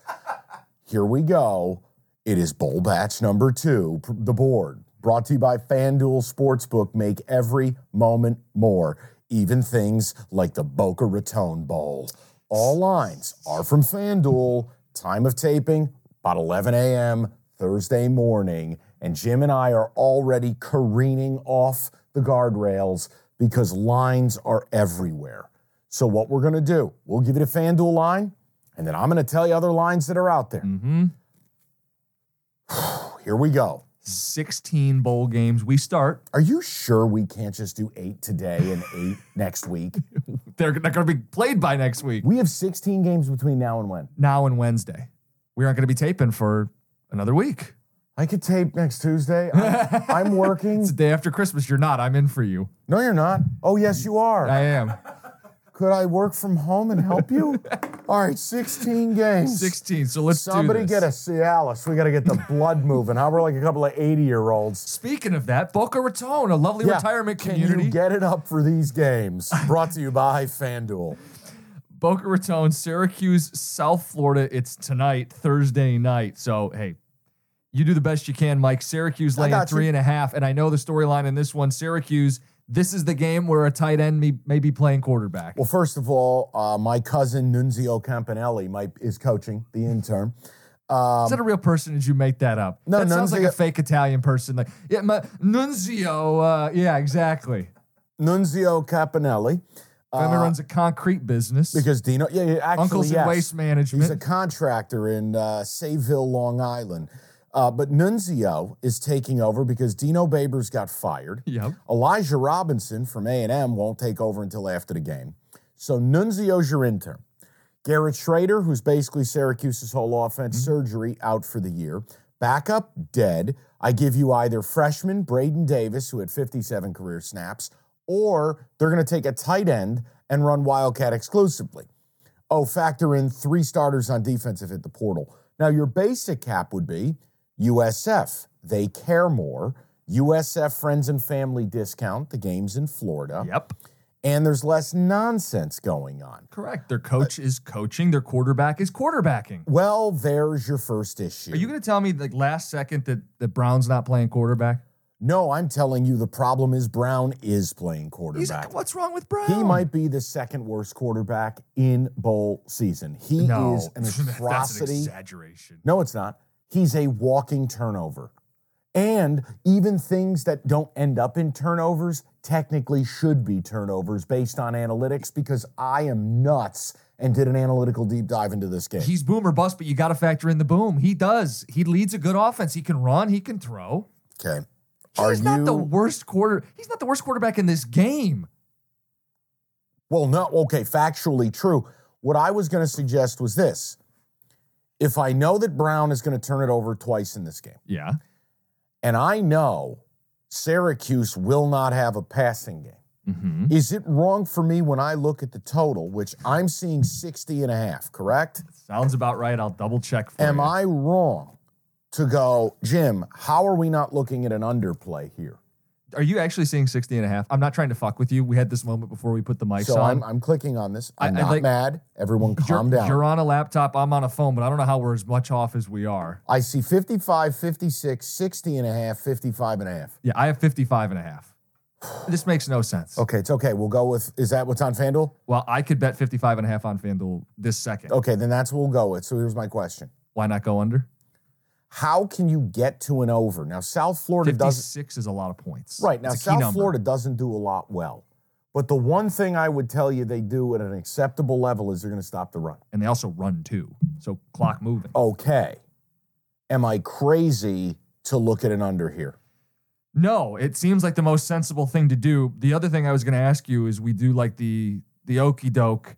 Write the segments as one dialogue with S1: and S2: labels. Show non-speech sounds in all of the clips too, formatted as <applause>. S1: Here we go. It is bowl batch number two. p- The board brought to you by FanDuel Sportsbook. Make every moment more. Even things like the Boca Raton Bowl. All lines are from FanDuel. Time of taping about 11 a.m. Thursday morning, and Jim and I are already careening off the guardrails because lines are everywhere. So, what we're going to do, we'll give you the FanDuel line, and then I'm going to tell you other lines that are out there.
S2: Mm-hmm.
S1: Here we go.
S2: 16 bowl games. We start.
S1: Are you sure we can't just do eight today and
S2: <laughs>
S1: eight next week?
S2: They're not going to be played by next week.
S1: We have 16 games between now and when.
S2: Now and Wednesday. We aren't going to be taping for another week.
S1: I could tape next Tuesday.
S2: <laughs>
S1: I'm, I'm working.
S2: It's the day after Christmas. You're not. I'm in for you.
S1: <laughs> No, you're not. Oh, yes, you are.
S2: I am. <laughs>
S1: Could I work from home and help you? All right, 16 games.
S2: 16. So let's do
S1: Somebody
S2: this.
S1: get a Cialis. We got to get
S2: <laughs>
S1: the blood moving. How about like a couple of 80 year olds?
S2: Speaking of that, Boca Raton, a lovely retirement community.
S1: Can you get it up for these
S2: <laughs>
S1: games? Brought to you by FanDuel.
S2: Boca Raton, Syracuse, South Florida. It's tonight, Thursday night. So, hey, you do the best you can, Mike. Syracuse laying
S1: got you.
S2: three and a half. And I know the storyline in this one Syracuse, this is the game where a tight end may, may be playing quarterback.
S1: Well, first of all, uh, my cousin Nunzio Campanelli might, is coaching the intern.
S2: is that a real person? Did you make that up?
S1: No,
S2: that sounds like a
S1: Nunzio-
S2: fake Italian person. Like, yeah, my, Nunzio. Uh, yeah, exactly.
S1: Nunzio Campanelli,
S2: Family runs a concrete business.
S1: Uh, because Dino, yeah, yeah actually,
S2: Uncles
S1: yes.
S2: in waste management.
S1: He's a contractor in uh, Sayville, Long Island. Uh, but Nunzio is taking over because Dino Babers got fired.
S2: Yep.
S1: Elijah Robinson from A&M won't take over until after the game. So Nunzio's your intern. Garrett Schrader, who's basically Syracuse's whole offense, surgery out for the year. Backup, dead. I give you either freshman Braden Davis, who had 57 career snaps, or they're going to take a tight end and run Wildcat exclusively. Oh, factor in three starters on defense if hit the portal. Now, your basic cap would be USF. They care more. USF friends and family discount. The game's in Florida.
S2: Yep.
S1: And there's less nonsense going on.
S2: Correct. Their coach is coaching. Their quarterback is quarterbacking.
S1: Well, there's your first issue.
S2: Are you going to tell me like last second that that Brown's not playing quarterback?
S1: no, I'm telling you, the problem is Brown is playing
S2: He's
S1: quarterback.
S2: like, what's wrong with Brown?
S1: He might be the second worst quarterback in bowl season. He
S2: No,
S1: is an
S2: <laughs> that's an
S1: atrocity.
S2: exaggeration.
S1: No, it's not. He's a walking turnover. And even things that don't end up in turnovers technically should be turnovers based on analytics because I am nuts and did an analytical deep dive into this game.
S2: He's boom or bust, but you got to factor in the boom. He does. He leads a good offense. He can run. He can throw.
S1: okay.
S2: He's not the worst quarter. He's not the worst quarterback in this game.
S1: Well, no, okay, factually true. What I was going to suggest was this. If I know that Brown is going to turn it over twice in this game,
S2: Yeah.
S1: and I know Syracuse will not have a passing game,
S2: Mm-hmm.
S1: Is it wrong for me when I look at the total, which I'm seeing 60 and a half, correct?
S2: Sounds about right. I'll double check for
S1: Am
S2: you.
S1: I wrong to go, Jim, how are we not looking at an underplay here?
S2: Are you actually seeing 60 and a half? I'm not trying to fuck with you. We had this moment before we put the mics
S1: So
S2: on.
S1: I'm, I'm clicking on this. I'm
S2: I- I
S1: not
S2: like-
S1: mad. Everyone calm
S2: you're,
S1: down.
S2: you're on a laptop. I'm on a phone, but I don't know how we're as much off as we are.
S1: I see 55, 56, 60 and a half, 55 and a half.
S2: Yeah, I have 55 and a half. This makes no sense.
S1: Okay, it's okay. We'll go with, is that what's on FanDuel?
S2: Well, I could bet 55 and a half on FanDuel this second.
S1: Okay, then that's what we'll go with. So here's my question.
S2: Why not go under?
S1: How can you get to an over? Now, South Florida doesn't.
S2: 56 is a lot of points.
S1: Right. Now,
S2: It's a key
S1: South
S2: number.
S1: Florida doesn't do a lot well. But the one thing I would tell you they do at an acceptable level is they're going to stop the run.
S2: And they also run two. So clock moving.
S1: Okay. Am I crazy to look at an under here?
S2: No, it seems like the most sensible thing to do. The other thing I was going to ask you is we do like the the okey doke.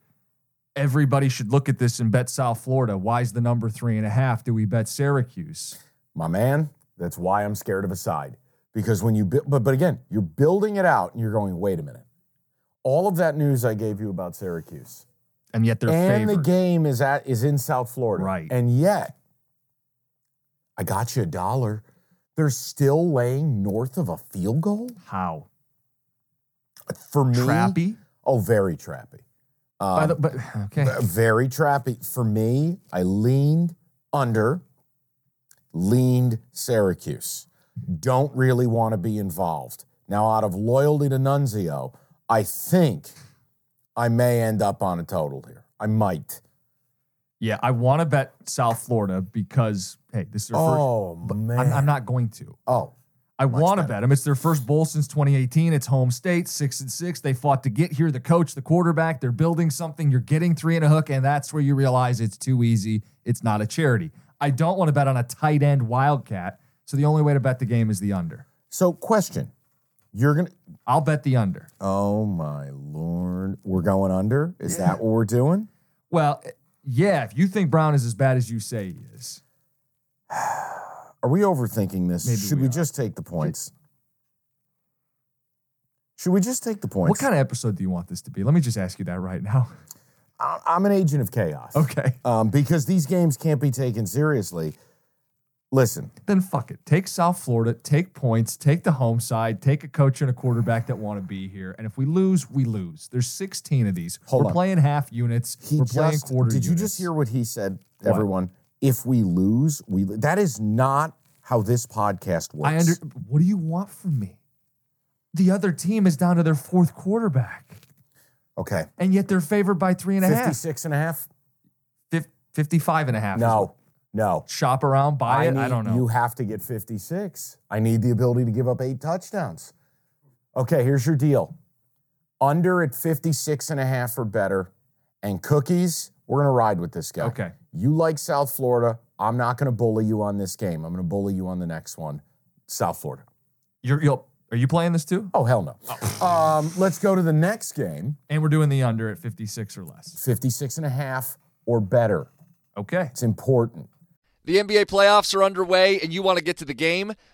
S2: Everybody should look at this and bet South Florida. Why's the number three and a half? Do we bet Syracuse?
S1: My man, that's why I'm scared of a side. Because when you, bu- but, but again, you're building it out and you're going, wait a minute. All of that news I gave you about Syracuse
S2: And yet they're
S1: and
S2: favored.
S1: the game is at is in South Florida.
S2: Right.
S1: And yet, I got you a dollar. They're still laying north of a field goal.
S2: How
S1: For me,
S2: trappy?
S1: Oh, very trappy. Um,
S2: By the, but okay,
S1: very trappy. For me, I leaned under, leaned Syracuse. Don't really want to be involved. Now, out of loyalty to Nunzio, I think I may end up on a total here. I might.
S2: yeah, I want to bet South Florida because hey, this is their first.
S1: Oh, man.
S2: I'm, I'm not going to.
S1: oh,
S2: I
S1: Much
S2: want to
S1: better.
S2: bet them. It's their first bowl since 2018. It's home state, six and six. They fought to get here. The coach, the quarterback, they're building something. You're getting three and a hook, and that's where you realize it's too easy. It's not a charity. I don't want to bet on a tight end wildcat. So the only way to bet the game is the under.
S1: so question. You're going to.
S2: I'll bet the under.
S1: Oh, my Lord. We're going under? Is that what we're doing?
S2: Well, eh, yeah, if you think Brown is as bad as you say he is,
S1: Are we overthinking this?
S2: Maybe
S1: Should
S2: we
S1: we,
S2: are.
S1: just take the points? Should we just take the points?
S2: what kind of episode do you want this to be? Let me just ask you that right now. <laughs>
S1: I- I'm an agent of chaos.
S2: Okay.
S1: Um, because these games can't be taken seriously. Listen,
S2: Then fuck it. Take South Florida, take points, take the home side, take a coach and a quarterback that want to be here. And if we lose, we lose. There's 16 of these.
S1: Hold
S2: We're
S1: on.
S2: playing half units.
S1: he
S2: We're playing
S1: just
S2: quarter
S1: did you
S2: units.
S1: just hear what he said? Everyone, if we lose, we lo-" that is not how this podcast works.
S2: I under what do you want from me? The other team is down to their fourth quarterback.
S1: okay,
S2: And yet they're favored by three and a half.
S1: 56 and a half.
S2: Fif- 55 and a half. is
S1: No, no.
S2: what- Shop around, buy it. I
S1: need-
S2: don't know.
S1: You have to get 56. I need the ability to give up eight touchdowns. Okay, here's your deal. Under at 56 and a half or better, and cookies, we're going to ride with this guy.
S2: Okay.
S1: You like South Florida. I'm not going to bully you on this game. I'm going to bully you on the next one. South Florida.
S2: You're, you're, are you playing this too?
S1: Oh, hell no. <laughs> Um, let's go to the next game
S2: And we're doing the under at 56 or less.
S1: 56 and a half or better.
S2: Okay.
S1: It's important.
S3: The NBA playoffs are underway and you want to get to the game?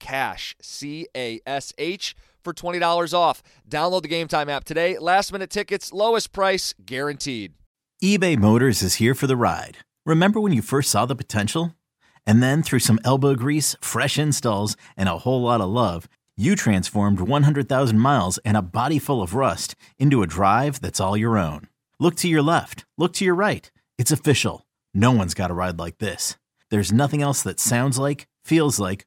S3: cash c a s h for $20 off download the game time app today last minute tickets lowest price guaranteed
S4: eBay Motors is here for the ride. Remember when you first saw the potential? And then through some elbow grease, fresh installs, and a whole lot of love, you transformed 100,000 miles and a body full of rust into a drive that's all your own. Look to your left, look to your right. It's official. No one's got a ride like this. There's nothing else that sounds like, feels like,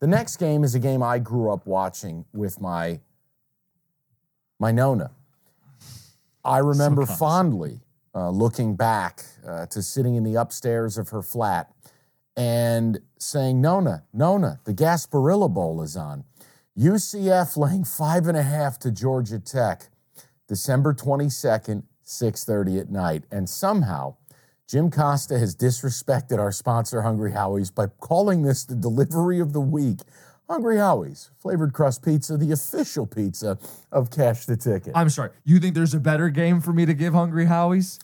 S1: The next game is a game I grew up watching with my my nona. I remember fondly uh, looking back uh, to sitting in the upstairs of her flat and saying, "Nona, Nona, the Gasparilla Bowl is on. UCF laying five and a half to Georgia Tech, December twenty second, six thirty at night." And somehow. Jim Costa has disrespected our sponsor, Hungry Howie's, by calling this the delivery of the week. Hungry Howie's, flavored crust pizza, the official pizza of Cash the Ticket.
S2: I'm sorry. You think there's a better game for me to give Hungry Howies?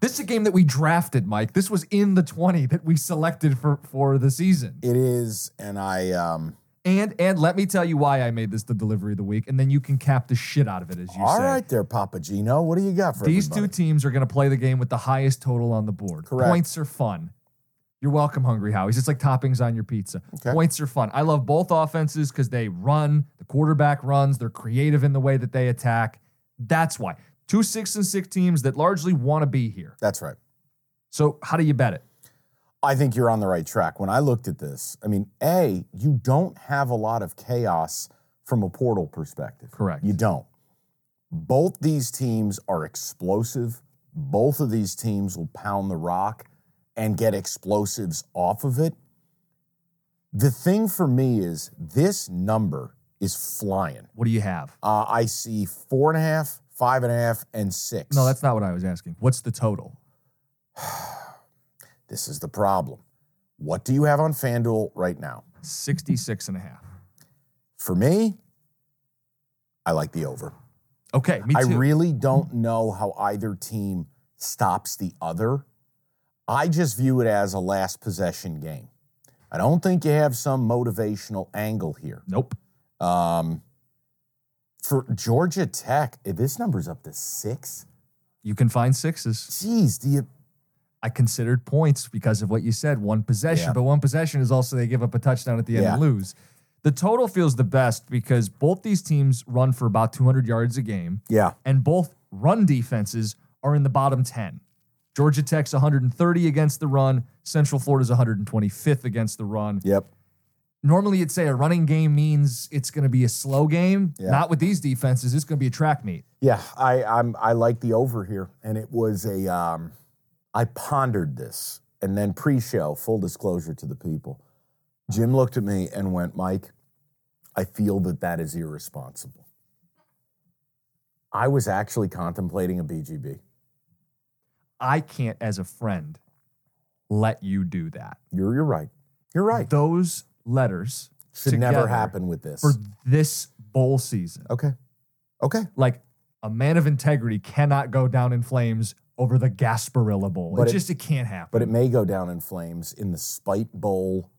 S2: This is a game that we drafted, Mike. This was in the 20 that we selected for, for the season.
S1: It is, and I um
S2: And and let me tell you why I made this the delivery of the week, and then you can cap the shit out of it as you
S1: all
S2: say.
S1: right there, Papa Gino. What do you got for
S2: These
S1: everybody?
S2: two teams are going to play the game with the highest total on the board.
S1: Correct.
S2: Points are fun. You're welcome, Hungry Howies. It's like toppings on your pizza.
S1: Okay.
S2: Points are fun. I love both offenses because they run, the quarterback runs, they're creative in the way that they attack. That's why. Two six and six teams that largely want to be here.
S1: That's right.
S2: So how do you bet it?
S1: I think you're on the right track. When I looked at this, I mean, A, you don't have a lot of chaos from a portal perspective.
S2: Correct.
S1: You don't. Both these teams are explosive. Both of these teams will pound the rock and get explosives off of it. The thing for me is this number is flying.
S2: What do you have?
S1: Uh, I see four and a half, five and a half, and six.
S2: No, that's not what I was asking. What's the total?
S1: this is the problem. What do you have on FanDuel right now?
S2: 66 and a half.
S1: For me, I like the over.
S2: Okay, me too. Mm-hmm.
S1: I really don't know how either team stops the other. I just view it as a last possession game. I don't think you have some motivational angle here.
S2: nope.
S1: Um, for Georgia Tech, if this number's up to six,
S2: You can find sixes.
S1: geez, do you?
S2: I considered points because of what you said, one possession.
S1: Yeah.
S2: But one possession is also they give up a touchdown at the end and
S1: Yeah.
S2: lose. The total feels the best because both these teams run for about 200 yards a game,
S1: Yeah,
S2: and both run defenses are in the bottom 10. Georgia Tech's 130 against the run. Central Florida's 125th against the run.
S1: yep.
S2: Normally, you'd say a running game means it's going to be a slow game.
S1: Yeah.
S2: Not with these defenses. It's going to be a track meet.
S1: Yeah, I I'm I like the over here, and it was a um, I pondered this, and then pre-show full disclosure to the people. Jim looked at me and went, "Mike, I feel that that is irresponsible." I was actually contemplating a BGB.
S2: I can't, as a friend, let you do that.
S1: You're you're right. You're right.
S2: Those letters
S1: Should never
S2: together
S1: happen with this.
S2: for this bowl season.
S1: okay, okay.
S2: Like a man of integrity cannot go down in flames over the Gasparilla Bowl.
S1: But
S2: it
S1: it-
S2: just it can't happen.
S1: But it may go down in flames in the Spite Bowl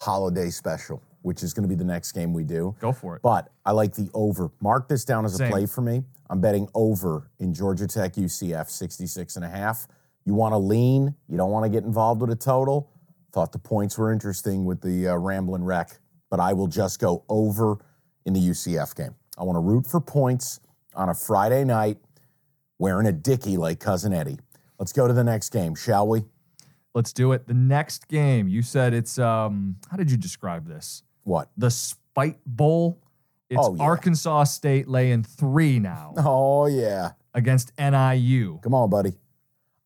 S1: holiday special, which is going to be the next game we do.
S2: go for it.
S1: But I like the over. Mark this down as a
S2: Same.
S1: play for me. I'm betting over in Georgia Tech UCF 66 and a half. You want to lean, you don't want to get involved with a total. Thought the points were interesting with the uh, Ramblin' Wreck, but I will just go over in the UCF game. I want to root for points on a Friday night wearing a dickie like Cousin Eddie. Let's go to the next game, shall we?
S2: Let's do it. The next game, you said it's um how did you describe this?
S1: What?
S2: The Spite Bowl. It's
S1: Oh, yeah.
S2: Arkansas State laying 3
S1: <laughs>
S2: now
S1: Oh, yeah.
S2: against NIU.
S1: Come on, buddy.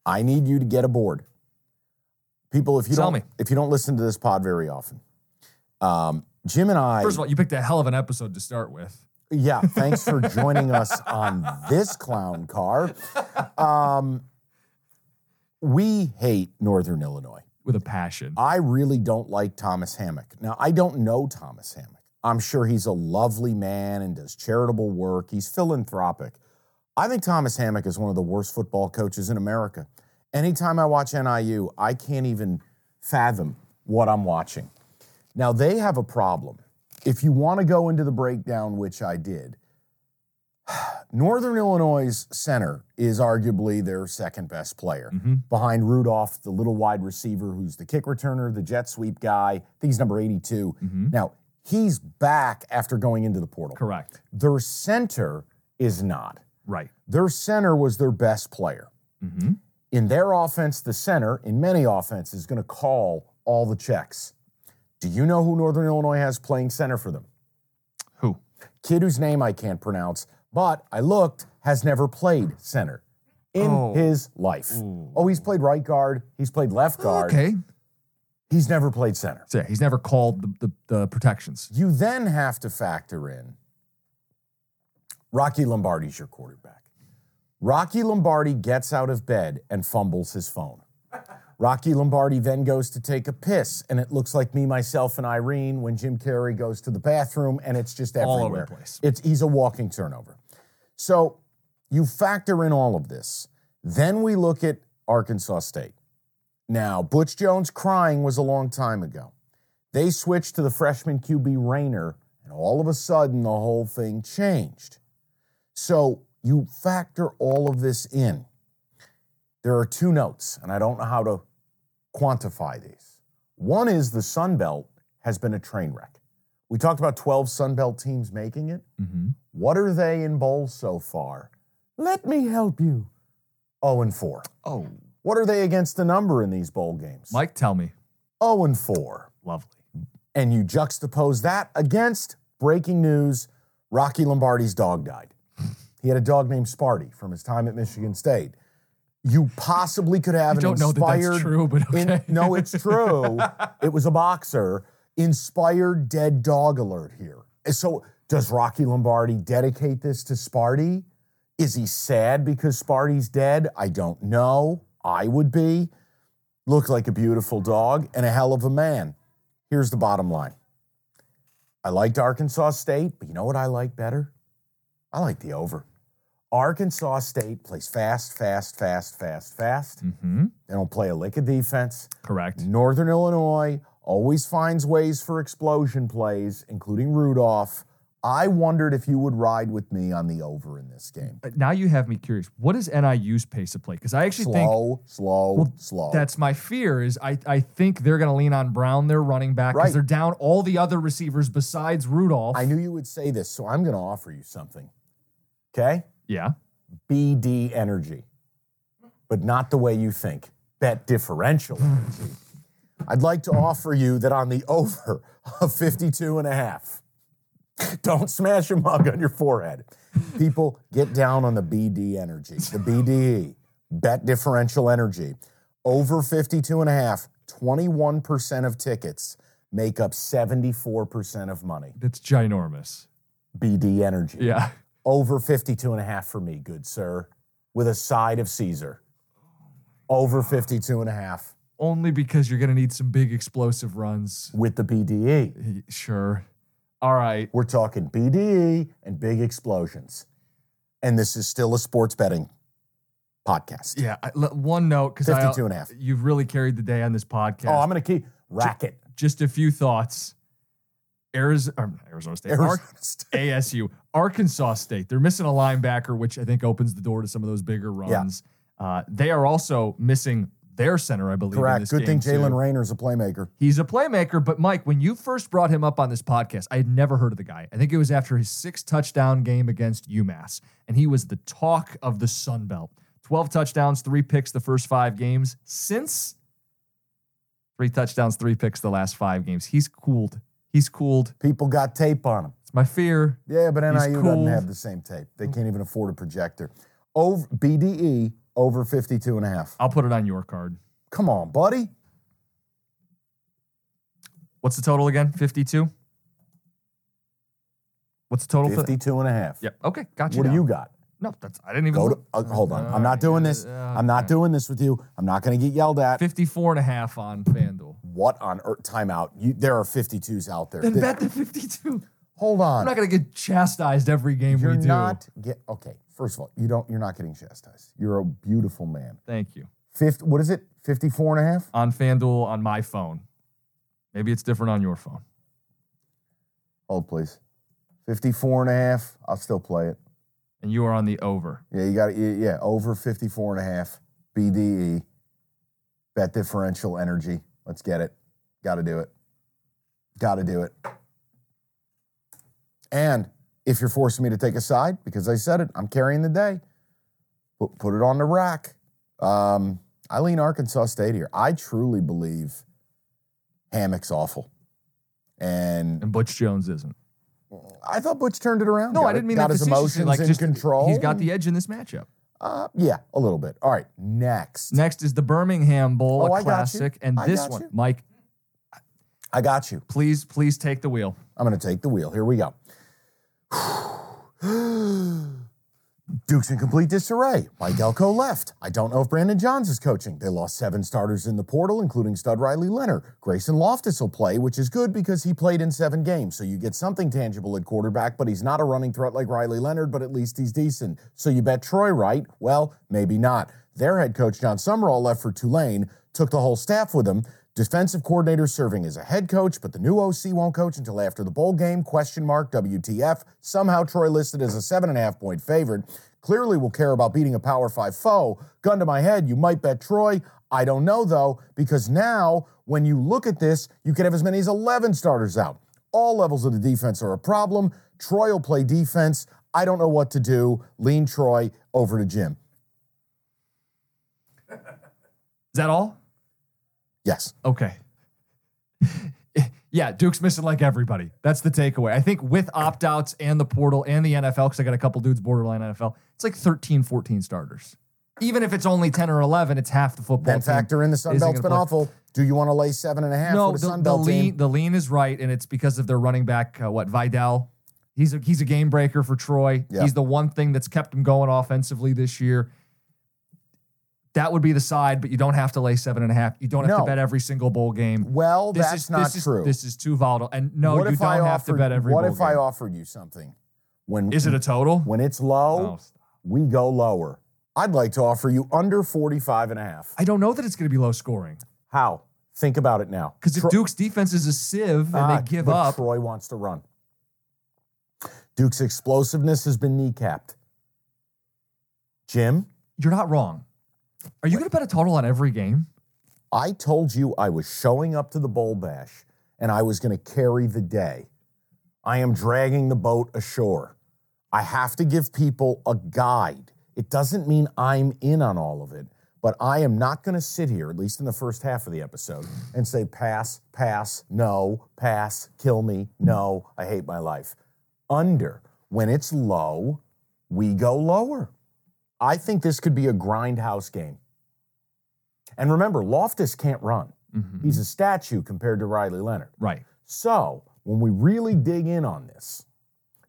S1: I need you to get aboard. People, if you
S2: Tell
S1: don't
S2: me.
S1: if you don't listen to this pod very often, um, Jim and I
S2: First of all, you picked a hell of an episode to start with.
S1: yeah,
S2: <laughs>
S1: thanks for joining us on this clown
S2: <laughs>
S1: car. Um, we hate Northern Illinois.
S2: With a passion.
S1: I really don't like Thomas Hammock. Now, I don't know Thomas Hammock. I'm sure he's a lovely man and does charitable work. He's philanthropic. I think Thomas Hammock is one of the worst football coaches in America. Anytime I watch NIU, I can't even fathom what I'm watching. Now, they have a problem. If you want to go into the breakdown, which I did, <sighs> Northern Illinois' center is arguably their second best player behind Rudolph, the little wide receiver who's the kick returner, the jet sweep guy. I think he's number 82. Now, he's back after going into the portal.
S2: Correct.
S1: Their center is not.
S2: Right.
S1: Their center was their best player.
S2: Mhm.
S1: In their offense, the center, in many offenses, is going to call all the checks. Do you know who Northern Illinois has playing center for them?
S2: Who?
S1: Kid whose name I can't pronounce, but I looked, has never played center in
S2: Oh.
S1: his life. Oh, he's played right guard, he's played left guard,
S2: Oh, Okay.
S1: he's never played center.
S2: So yeah, he's never called the, the, the protections.
S1: You then have to factor in Rocky Lombardi's your quarterback. Rocky Lombardi gets out of bed and fumbles his phone. Rocky Lombardi then goes to take a piss, and it looks like me, myself, and Irene when Jim Carrey goes to the bathroom, and it's just
S2: All
S1: everywhere.
S2: over the place.
S1: It's he's a walking turnover. So you factor in all of this. Then we look at Arkansas State. Now, Butch Jones crying was a long time ago. They switched to the freshman QB Rayner, and all of a sudden the whole thing changed. So you factor all of this in. There are two notes, and I don't know how to quantify these. One is the Sun Belt has been a train wreck. We talked about 12 Sun Belt teams making it.
S2: Mm-hmm.
S1: What are they in bowls so far? Let me help you. 0 and 4.
S2: Oh,
S1: What are they against the number in these bowl games?
S2: Mike, tell me.
S1: 0 and 4
S2: Lovely.
S1: and you juxtapose that against breaking news Rocky Lombardi's dog died. He had a dog named Sparty from his time at Michigan State. You possibly could have
S2: I
S1: an
S2: don't know that that's
S1: inspired.
S2: true, but
S1: in-
S2: okay.
S1: no, it's
S2: <laughs>
S1: true. it was a boxer. Inspired dead dog alert here. So, does Rocky Lombardi dedicate this to Sparty? Is he sad because Sparty's dead? I don't know. I would be. Looked like a beautiful dog and a hell of a man. Here's the bottom line I liked Arkansas State, but you know what I like better? I like the over. Arkansas State plays fast, fast, fast, fast, fast.
S2: Mm-hmm.
S1: They don't play a lick of defense.
S2: Correct.
S1: Northern Illinois always finds ways for explosion plays, including Rudolph. I wondered if you would ride with me on the over in this game.
S2: But now you have me curious. What is NIU's pace of play? Because I actually think
S1: Slow, slow,
S2: Well,
S1: slow.
S2: That's my fear. Is I, I think they're going to lean on Brown, their running back, because
S1: Right.
S2: they're down all the other receivers besides Rudolph.
S1: I knew you would say this, so I'm going to offer you something. Okay?
S2: Yeah.
S1: BD energy, but not the way you think. Bet differential energy. I'd like to offer you that on the over of 52 and a half. Don't smash a mug on your forehead. People get down on the BD energy, the BDE, bet differential energy. Over 52 and a half, 21% of tickets make up 74% of money.
S2: That's ginormous.
S1: BD energy
S2: Yeah.
S1: over 52 and a half for me, good sir, with a side of Caesar. Over 52 and a half
S2: Only because you're going to need some big explosive runs.
S1: with the BDE.
S2: Y- Sure. All right.
S1: We're talking BDE and big explosions. And this is still a sports betting podcast.
S2: Yeah. I, l- one note because
S1: 52 and a half.
S2: You've really carried the day on this podcast.
S1: Oh, I'm going to keep racket.
S2: Just a few thoughts. Arizona, or not Arizona State. Ar- <laughs>
S1: Arizona State.
S2: ASU, Arkansas State. They're missing a linebacker, which I think opens the door to some of those bigger
S1: Yeah.
S2: runs. Uh, they are also missing their center, I believe. in
S1: Correct.
S2: this
S1: Good thing
S2: game,
S1: Jalen
S2: too.
S1: Rayner's a playmaker.
S2: He's a playmaker, but Mike, when you first brought him up on this podcast, I had never heard of the guy. I think it was after his six touchdown game against UMass, and he was the talk of the Sun Belt. 12 touchdowns, three picks the first five games. Since three touchdowns, three picks the last five games. He's cooled. He's cooled.
S1: People got tape on him.
S2: It's my fear.
S1: Yeah, but
S2: He's
S1: NIU
S2: cool. Mm.
S1: doesn't have the same tape. They can't even afford a projector. Over BDE E, over 52 and a half.
S2: I'll put it on your card.
S1: Come on, buddy.
S2: What's the total again? 52? What's the total? for-
S1: 52 and a half.
S2: Yep. Okay. Got you.
S1: What do
S2: down.
S1: you got?
S2: No, that's, I didn't even.
S1: Go to,
S2: look.
S1: uh, hold on.
S2: All
S1: I'm not
S2: right,
S1: doing
S2: yeah,
S1: this.
S2: yeah,
S1: I'm not
S2: okay.
S1: doing this with you. I'm not going to get yelled at.
S2: 54 and a half on FanDuel.
S1: What on earth? Timeout. You, there are 52s out there.
S2: Then
S1: Th-
S2: bet the 52.
S1: hold
S2: I'm
S1: on.
S2: not going to get chastised every game
S1: you're
S2: we do.
S1: not get okay. First of all, you don't. You're not getting chastised. You're a beautiful man.
S2: Thank you.
S1: Fifth. What is it? 54 and a half.
S2: On FanDuel on my phone. Maybe it's different on your phone.
S1: Hold please. 54 and a half. I'll still play it.
S2: And you are on the over.
S1: Yeah, you got it. Yeah, over 54 and a half. BDE. Bet differential energy. Let's get it. Got to do it. Got to do it. And if you're forcing me to take a side, because I said it, I'm carrying the day. Put, put it on the rack. Um, I lean Arkansas State here. I truly believe Hammock's awful. And
S2: and Butch Jones isn't.
S1: I thought Butch turned it around.
S2: No,
S1: got
S2: I didn't
S1: it-
S2: mean
S1: got
S2: that.
S1: his
S2: facetiously,
S1: emotions
S2: like
S1: in
S2: just,
S1: control.
S2: He's got the edge in this matchup.
S1: Uh, yeah, a little bit. All right, next.
S2: Next is the Birmingham Bowl,
S1: Oh, I
S2: a
S1: got you.
S2: classic, and
S1: I
S2: this
S1: got
S2: one,
S1: you.
S2: Mike.
S1: I got you.
S2: Please, please take the wheel.
S1: I'm going to take the wheel. Here we go. <sighs> Duke's in complete disarray. Mike Elko left. I don't know if Brandon Johns is coaching. They lost seven starters in the portal, including stud Riley Leonard. Grayson Loftus will play, which is good because he played in seven games. So you get something tangible at quarterback, but he's not a running threat like Riley Leonard, but at least he's decent. So you bet Troy right? Well, maybe not. Their head coach, John Summerall, left for Tulane, took the whole staff with him. Defensive coordinator serving as a head coach, but the new OC won't coach until after the bowl game. Question mark, WTF. Somehow Troy listed as a seven and a half point favorite. Clearly will care about beating a power five foe. Gun to my head, you might bet Troy. I don't know though, because now when you look at this, you could have as many as 11 starters out. All levels of the defense are a problem. Troy will play defense. I don't know what to do. Lean Troy over to Jim.
S2: Is that all?
S1: Yes.
S2: Okay. <laughs> yeah, Duke's missing like everybody. That's the takeaway. I think with opt outs and the portal and the NFL, because I got a couple dudes borderline NFL, it's like 13, 14 starters. Even if it's only 10 or 11, it's half the football.
S1: Then
S2: team
S1: factor in the Sun
S2: isn't
S1: Belt's
S2: gonna
S1: been
S2: play.
S1: awful. Do you want to lay seven and a half
S2: No,
S1: with
S2: the,
S1: the, Sun
S2: the
S1: Belt team?
S2: lean the lean is right, and it's because of their running back. Uh, what Vidal? He's a he's a game breaker for Troy.
S1: Yeah.
S2: He's the one thing that's kept him going offensively this year. That would be the side, but you don't have to lay seven and a half. You don't have
S1: No.
S2: to bet every single bowl game.
S1: Well,
S2: This
S1: that's
S2: is,
S1: not
S2: this is-
S1: true.
S2: this is too volatile. And no, you don't have to bet every.
S1: What
S2: bowl
S1: if I
S2: game.
S1: offered you something? When
S2: Is it a total?
S1: when it's low,
S2: Oh, stop.
S1: we go lower. I'd like to offer you under 45 and a half.
S2: I don't know that it's going to be low scoring
S1: How? Think about it now.
S2: because if
S1: Tro-
S2: Duke's defense is a sieve and
S1: Ah,
S2: they give
S1: but
S2: up,
S1: Troy wants to run. Duke's explosiveness has been kneecapped. Jim,
S2: you're not wrong. Are you going to bet a total on every game?
S1: I told you I was showing up to the bowl bash and I was going to carry the day. I am dragging the boat ashore. I have to give people a guide. It doesn't mean I'm in on all of it, but I am not going to sit here, at least in the first half of the episode, and say pass, pass, no, pass, kill me, no, I hate my life. Under, when it's low, we go lower. I think this could be a grindhouse game. And remember, Loftus can't run.
S2: Mm-hmm.
S1: He's a statue compared to Riley Leonard.
S2: Right.
S1: So when we really dig in on this,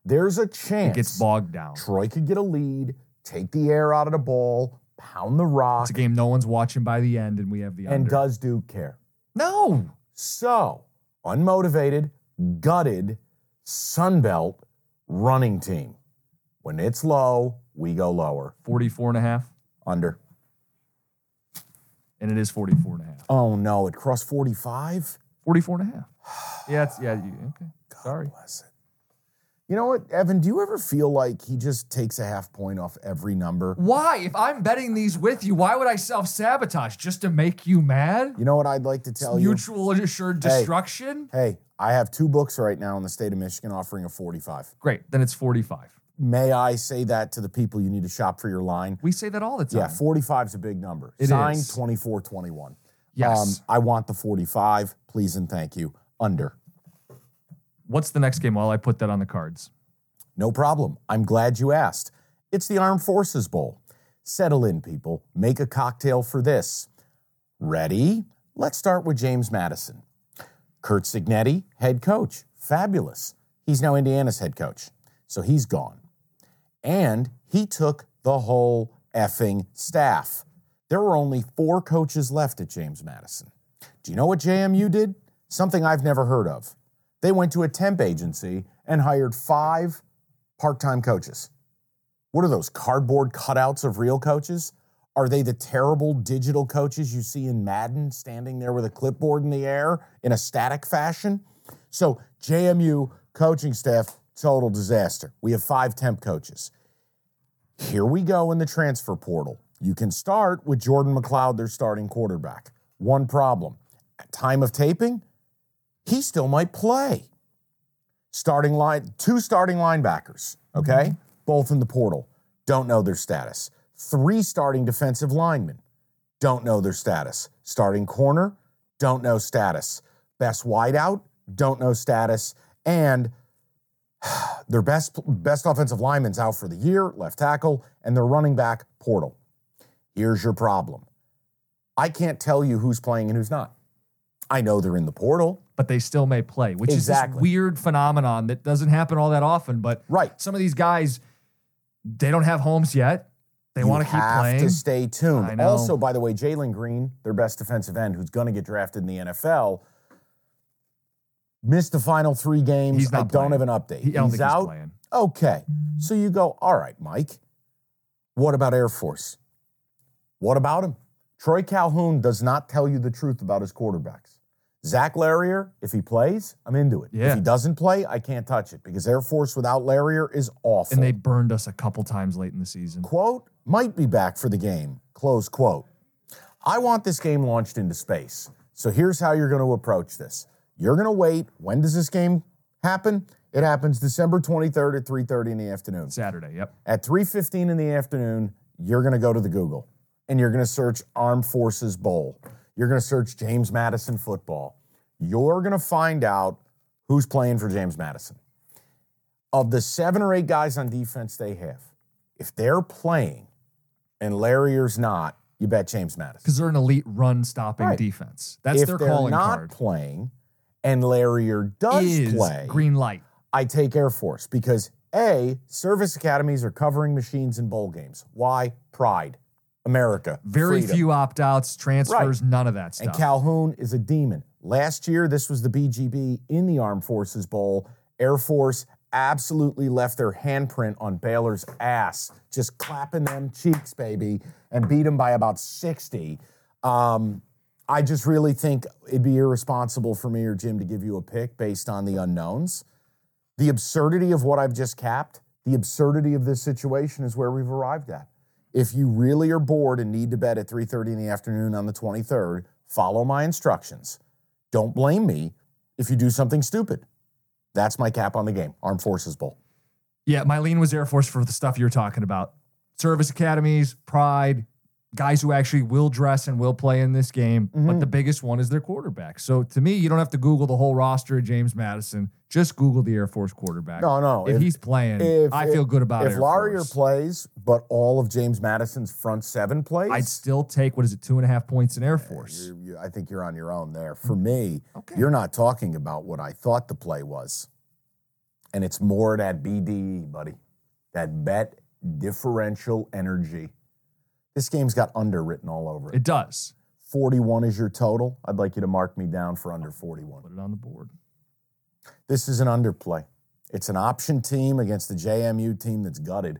S1: there's a chance
S2: It gets bogged down.
S1: Troy could get a lead, take the air out of the ball, pound the rock,
S2: It's a game no one's watching by the end, and we have the
S1: and
S2: under.
S1: does Duke care?
S2: no,
S1: So unmotivated, gutted, Sunbelt running team. When it's low, we go lower.
S2: 44 and a half,
S1: Under.
S2: and it is 44 and a half.
S1: Oh no, it crossed 45?
S2: 44 and a
S1: <sighs>
S2: half. Yeah, it's, yeah, you, okay. Sorry.
S1: Bless it. You know what, Evan? Do you ever feel like he just takes a half point off every number?
S2: Why? If I'm betting these with you, why would I self sabotage just to make you mad?
S1: You know what I'd like to tell you?
S2: Mutual assured
S1: Hey.
S2: destruction?
S1: Hey, I have two books right now in the state of Michigan offering a 45.
S2: Great. Then it's 45.
S1: May I say that to the people you need to shop for your line?
S2: We say that all the time.
S1: Yeah, um, 45 is a big number.
S2: It
S1: Sign
S2: is.
S1: 2421.
S2: Yes.
S1: Um, I want the 45, please and thank you. Under.
S2: What's the next game while I put that on the cards?
S1: No problem. I'm glad you asked. It's the Armed Forces Bowl. Settle in, people. Make a cocktail for this. Ready? Let's start with James Madison. Kurt Signetti, head coach. Fabulous. He's now Indiana's head coach. So he's gone. And he took the whole effing staff. There were only four coaches left at James Madison. Do you know what JMU did? Something I've never heard of. They went to a temp agency and hired five part time coaches. What are those cardboard cutouts of real coaches? Are they the terrible digital coaches you see in Madden standing there with a clipboard in the air in a static fashion? So, JMU coaching staff, total disaster. We have five temp coaches. Here we go in the transfer portal. You can start with Jordan McLeod, their starting quarterback. One problem at time of taping, he still might play. Starting line, two starting linebackers, okay? Both in the portal. Don't know their status. Three starting defensive linemen. Don't know their status. Starting corner, don't know status. Best wideout, don't know status, and their best best offensive lineman's out for the year, left tackle, and their running back portal. Here's your problem. I can't tell you who's playing and who's not. I know they're in the portal.
S2: but they still may play, which is
S1: Exactly.
S2: this weird phenomenon that doesn't happen all that often. But
S1: Right.
S2: some of these guys, they don't have homes yet. They
S1: You
S2: want to keep
S1: have
S2: playing.
S1: to stay tuned.
S2: I know.
S1: Also, by the way, Jalen Green, their best defensive end, who's going to get drafted in the NFL, missed the final three games.
S2: He's not
S1: I don't
S2: playing.
S1: have an update.
S2: He- I don't
S1: he's
S2: think he's
S1: out.
S2: playing.
S1: okay, so you go. All right, Mike. What about Air Force? What about him? Troy Calhoun does not tell you the truth about his quarterbacks. Zach Larrier, if he plays, I'm into it.
S2: Yeah.
S1: If he doesn't play, I can't touch it because Air Force without Larrier is awful
S2: and they burned us a couple times late in the season.
S1: quote, might be back for the game, close quote. I want this game launched into space. So here's how you're going to approach this. You're going to wait. When does this game happen? It happens December 23rd at 3:30 in the afternoon.
S2: Saturday, yep.
S1: At 3:15 in the afternoon, you're going to go to the Google and you're going to search Armed Forces Bowl. You're going to search James Madison football. You're going to find out who's playing for James Madison. Of the 7 or 8 guys on defense they have, if they're playing and Larrier's not, you bet James Madison.
S2: Because they're an elite run stopping
S1: Right.
S2: defense. That's
S1: if
S2: their
S1: they're
S2: calling
S1: not
S2: card.
S1: playing and Larrier does
S2: is
S1: play,
S2: green light.
S1: I take Air Force because A, service academies are covering machines in bowl games. Why? Pride, America.
S2: Very
S1: freedom.
S2: few opt outs, transfers, none of that stuff.
S1: And Calhoun is a demon. Last year, this was the BGB in the Armed Forces Bowl. Air Force absolutely left their handprint on Baylor's ass, just clapping them cheeks, baby, and beat them by about 60. Um, I just really think it'd be irresponsible for me or Jim to give you a pick based on the unknowns. The absurdity of what I've just capped, the absurdity of this situation is where we've arrived at. If you really are bored and need to bed at 3:30 in the afternoon on the 23rd, follow my instructions. Don't blame me if you do something stupid. That's my cap on the game. Armed Forces Bowl.
S2: Yeah, my lean was Air Force for the stuff you're talking about. Service academies, pride, guys who actually will dress and will play in this game.
S1: Mm-hmm.
S2: But the biggest one is their quarterback. So to me, you don't have to Google the whole roster of James Madison. Just Google the Air Force quarterback.
S1: No, no.
S2: If, he's playing,
S1: if-
S2: I feel good about
S1: If
S2: Air
S1: Laurier
S2: Force.
S1: plays, but all of James Madison's front seven plays,
S2: I'd still take what is it, two and a half points in Air Force. Mm.
S1: you- you- I think you're on your own there. For me,
S2: Okay.
S1: you're not talking about what I thought the play was. And it's more that BDE, buddy. That bet differential energy. This game's got under written all over it.
S2: It does.
S1: 41 is your total. I'd like you to mark me down for under 41.
S2: Put it on the board.
S1: This is an underplay. It's an option team against the JMU team that's gutted.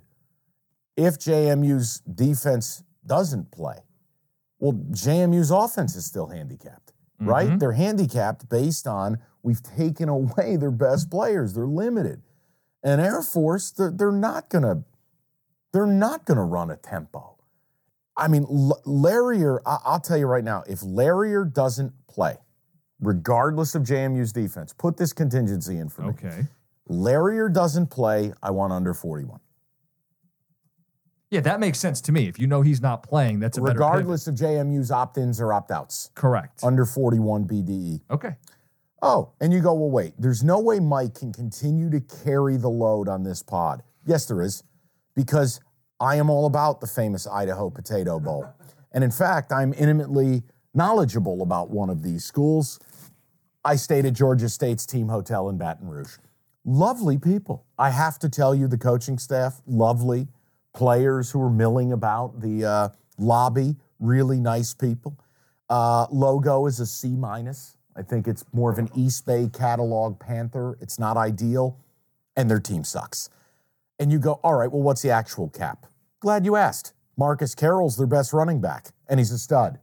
S1: If JMU's defense doesn't play, well, JMU's offense is still handicapped, right? They're handicapped based on we've taken away their best players. They're limited. And Air Force, they're, they're not gonna, they're not gonna run a tempo. I mean, L- Larrier, I- I'll tell you right now, if Larrier doesn't play, regardless of JMU's defense, put this contingency in for me.
S2: Okay.
S1: Larrier doesn't play. I want under 41.
S2: Yeah, that makes sense to me. If you know he's not playing, that's a better pivot.
S1: Regardless of JMU's opt ins or opt outs,
S2: Correct.
S1: under 41 BDE.
S2: Okay.
S1: Oh, and you go, well, wait, there's no way Mike can continue to carry the load on this pod. Yes, there is, because I am all about the famous Idaho Potato Bowl. And in fact, I'm intimately knowledgeable about one of these schools. I stayed at Georgia State's team hotel in Baton Rouge. Lovely people. I have to tell you, the coaching staff, lovely. Players who were milling about the uh, lobby, really nice people. Uh, logo is a C minus. I think it's more of an East Bay catalog Panther. It's not ideal, and their team sucks. And you go, all right, well, what's the actual cap? Glad you asked. Marcus Carroll's their best running back, and he's a stud.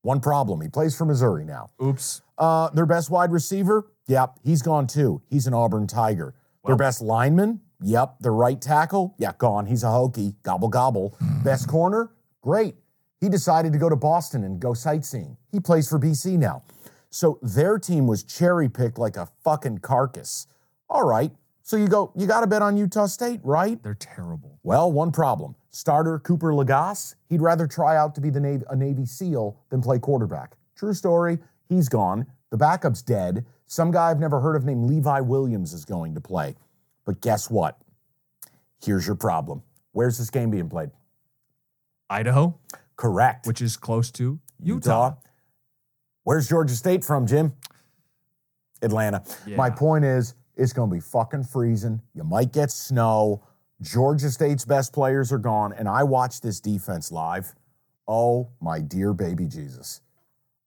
S1: One problem, he plays for Missouri now.
S2: Oops.
S1: Uh, their best wide receiver, yep, he's gone too. He's an Auburn Tiger. their best lineman, yep. Their right tackle, yeah, gone. He's a hokey. Gobble gobble. best corner, great. He decided to go to Boston and go sightseeing. He plays for BC now. So their team was cherry picked like a fucking carcass. All right. So you go, you got to bet on Utah State, right?
S2: They're terrible.
S1: Well, one problem. Starter Cooper Lagasse, he'd rather try out to be the Navy, a Navy SEAL than play quarterback. True story. He's gone. The backup's dead. Some guy I've never heard of named Levi Williams is going to play. But guess what? Here's your problem. Where's this game being played?
S2: Idaho,
S1: Correct.
S2: which is close to Utah.
S1: Where's Georgia State from, Jim? Atlanta. My
S2: Yeah.
S1: point is, it's going to be fucking freezing. You might get snow. Georgia State's best players are gone. And I watched this defense live. Oh, my dear baby Jesus.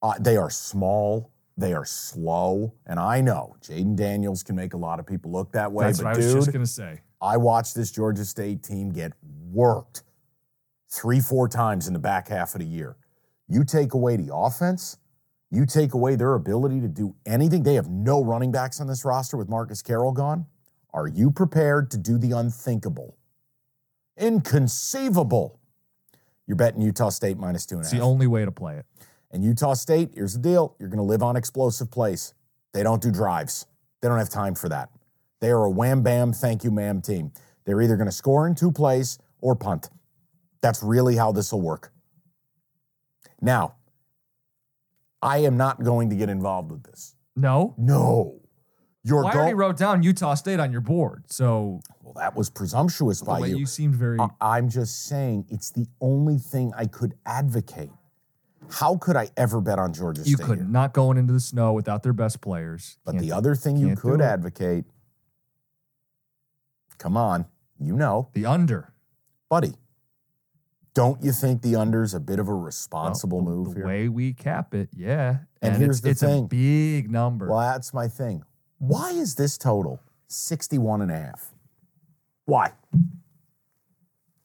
S1: Uh, they are small. They are slow. And I know Jaden Daniels can make a lot of people look that way.
S2: That's
S1: but
S2: what I
S1: dude,
S2: was just gonna say.
S1: I watched this Georgia State team get worked three, four times in the back half of the year. You take away the offense, you take away their ability to do anything. They have no running backs on this roster with Marcus Carroll gone. Are you prepared to do the unthinkable? Inconceivable. You're betting Utah State minus two and a
S2: It's
S1: half.
S2: the only way to play it.
S1: And Utah State, here's the deal you're going to live on explosive plays. They don't do drives, they don't have time for that. They are a wham bam, thank you, ma'am team. They're either going to score in two plays or punt. That's really how this will work. Now, I am not going to get involved with this.
S2: No.
S1: No. You're
S2: Well, I already
S1: going.
S2: wrote down Utah State on your board, so
S1: well, that was presumptuous
S2: the
S1: by
S2: way
S1: you.
S2: you seemed very
S1: I, am just saying it's the only thing I could advocate. How could I ever bet on Georgia
S2: you
S1: State?
S2: could
S1: here?
S2: not not going into the snow without their best players.
S1: But
S2: Can't
S1: the
S2: do-
S1: other thing you
S2: can't do
S1: could
S2: it.
S1: advocate, come on, you know,
S2: the under
S1: buddy, don't you think the under's a bit of a responsible
S2: Well, the-
S1: move
S2: the
S1: here?
S2: way we cap it, yeah.
S1: And
S2: it's-
S1: here's the
S2: it's
S1: thing.
S2: a big number.
S1: Well, that's my thing. Why is this total 61 and a half? Why?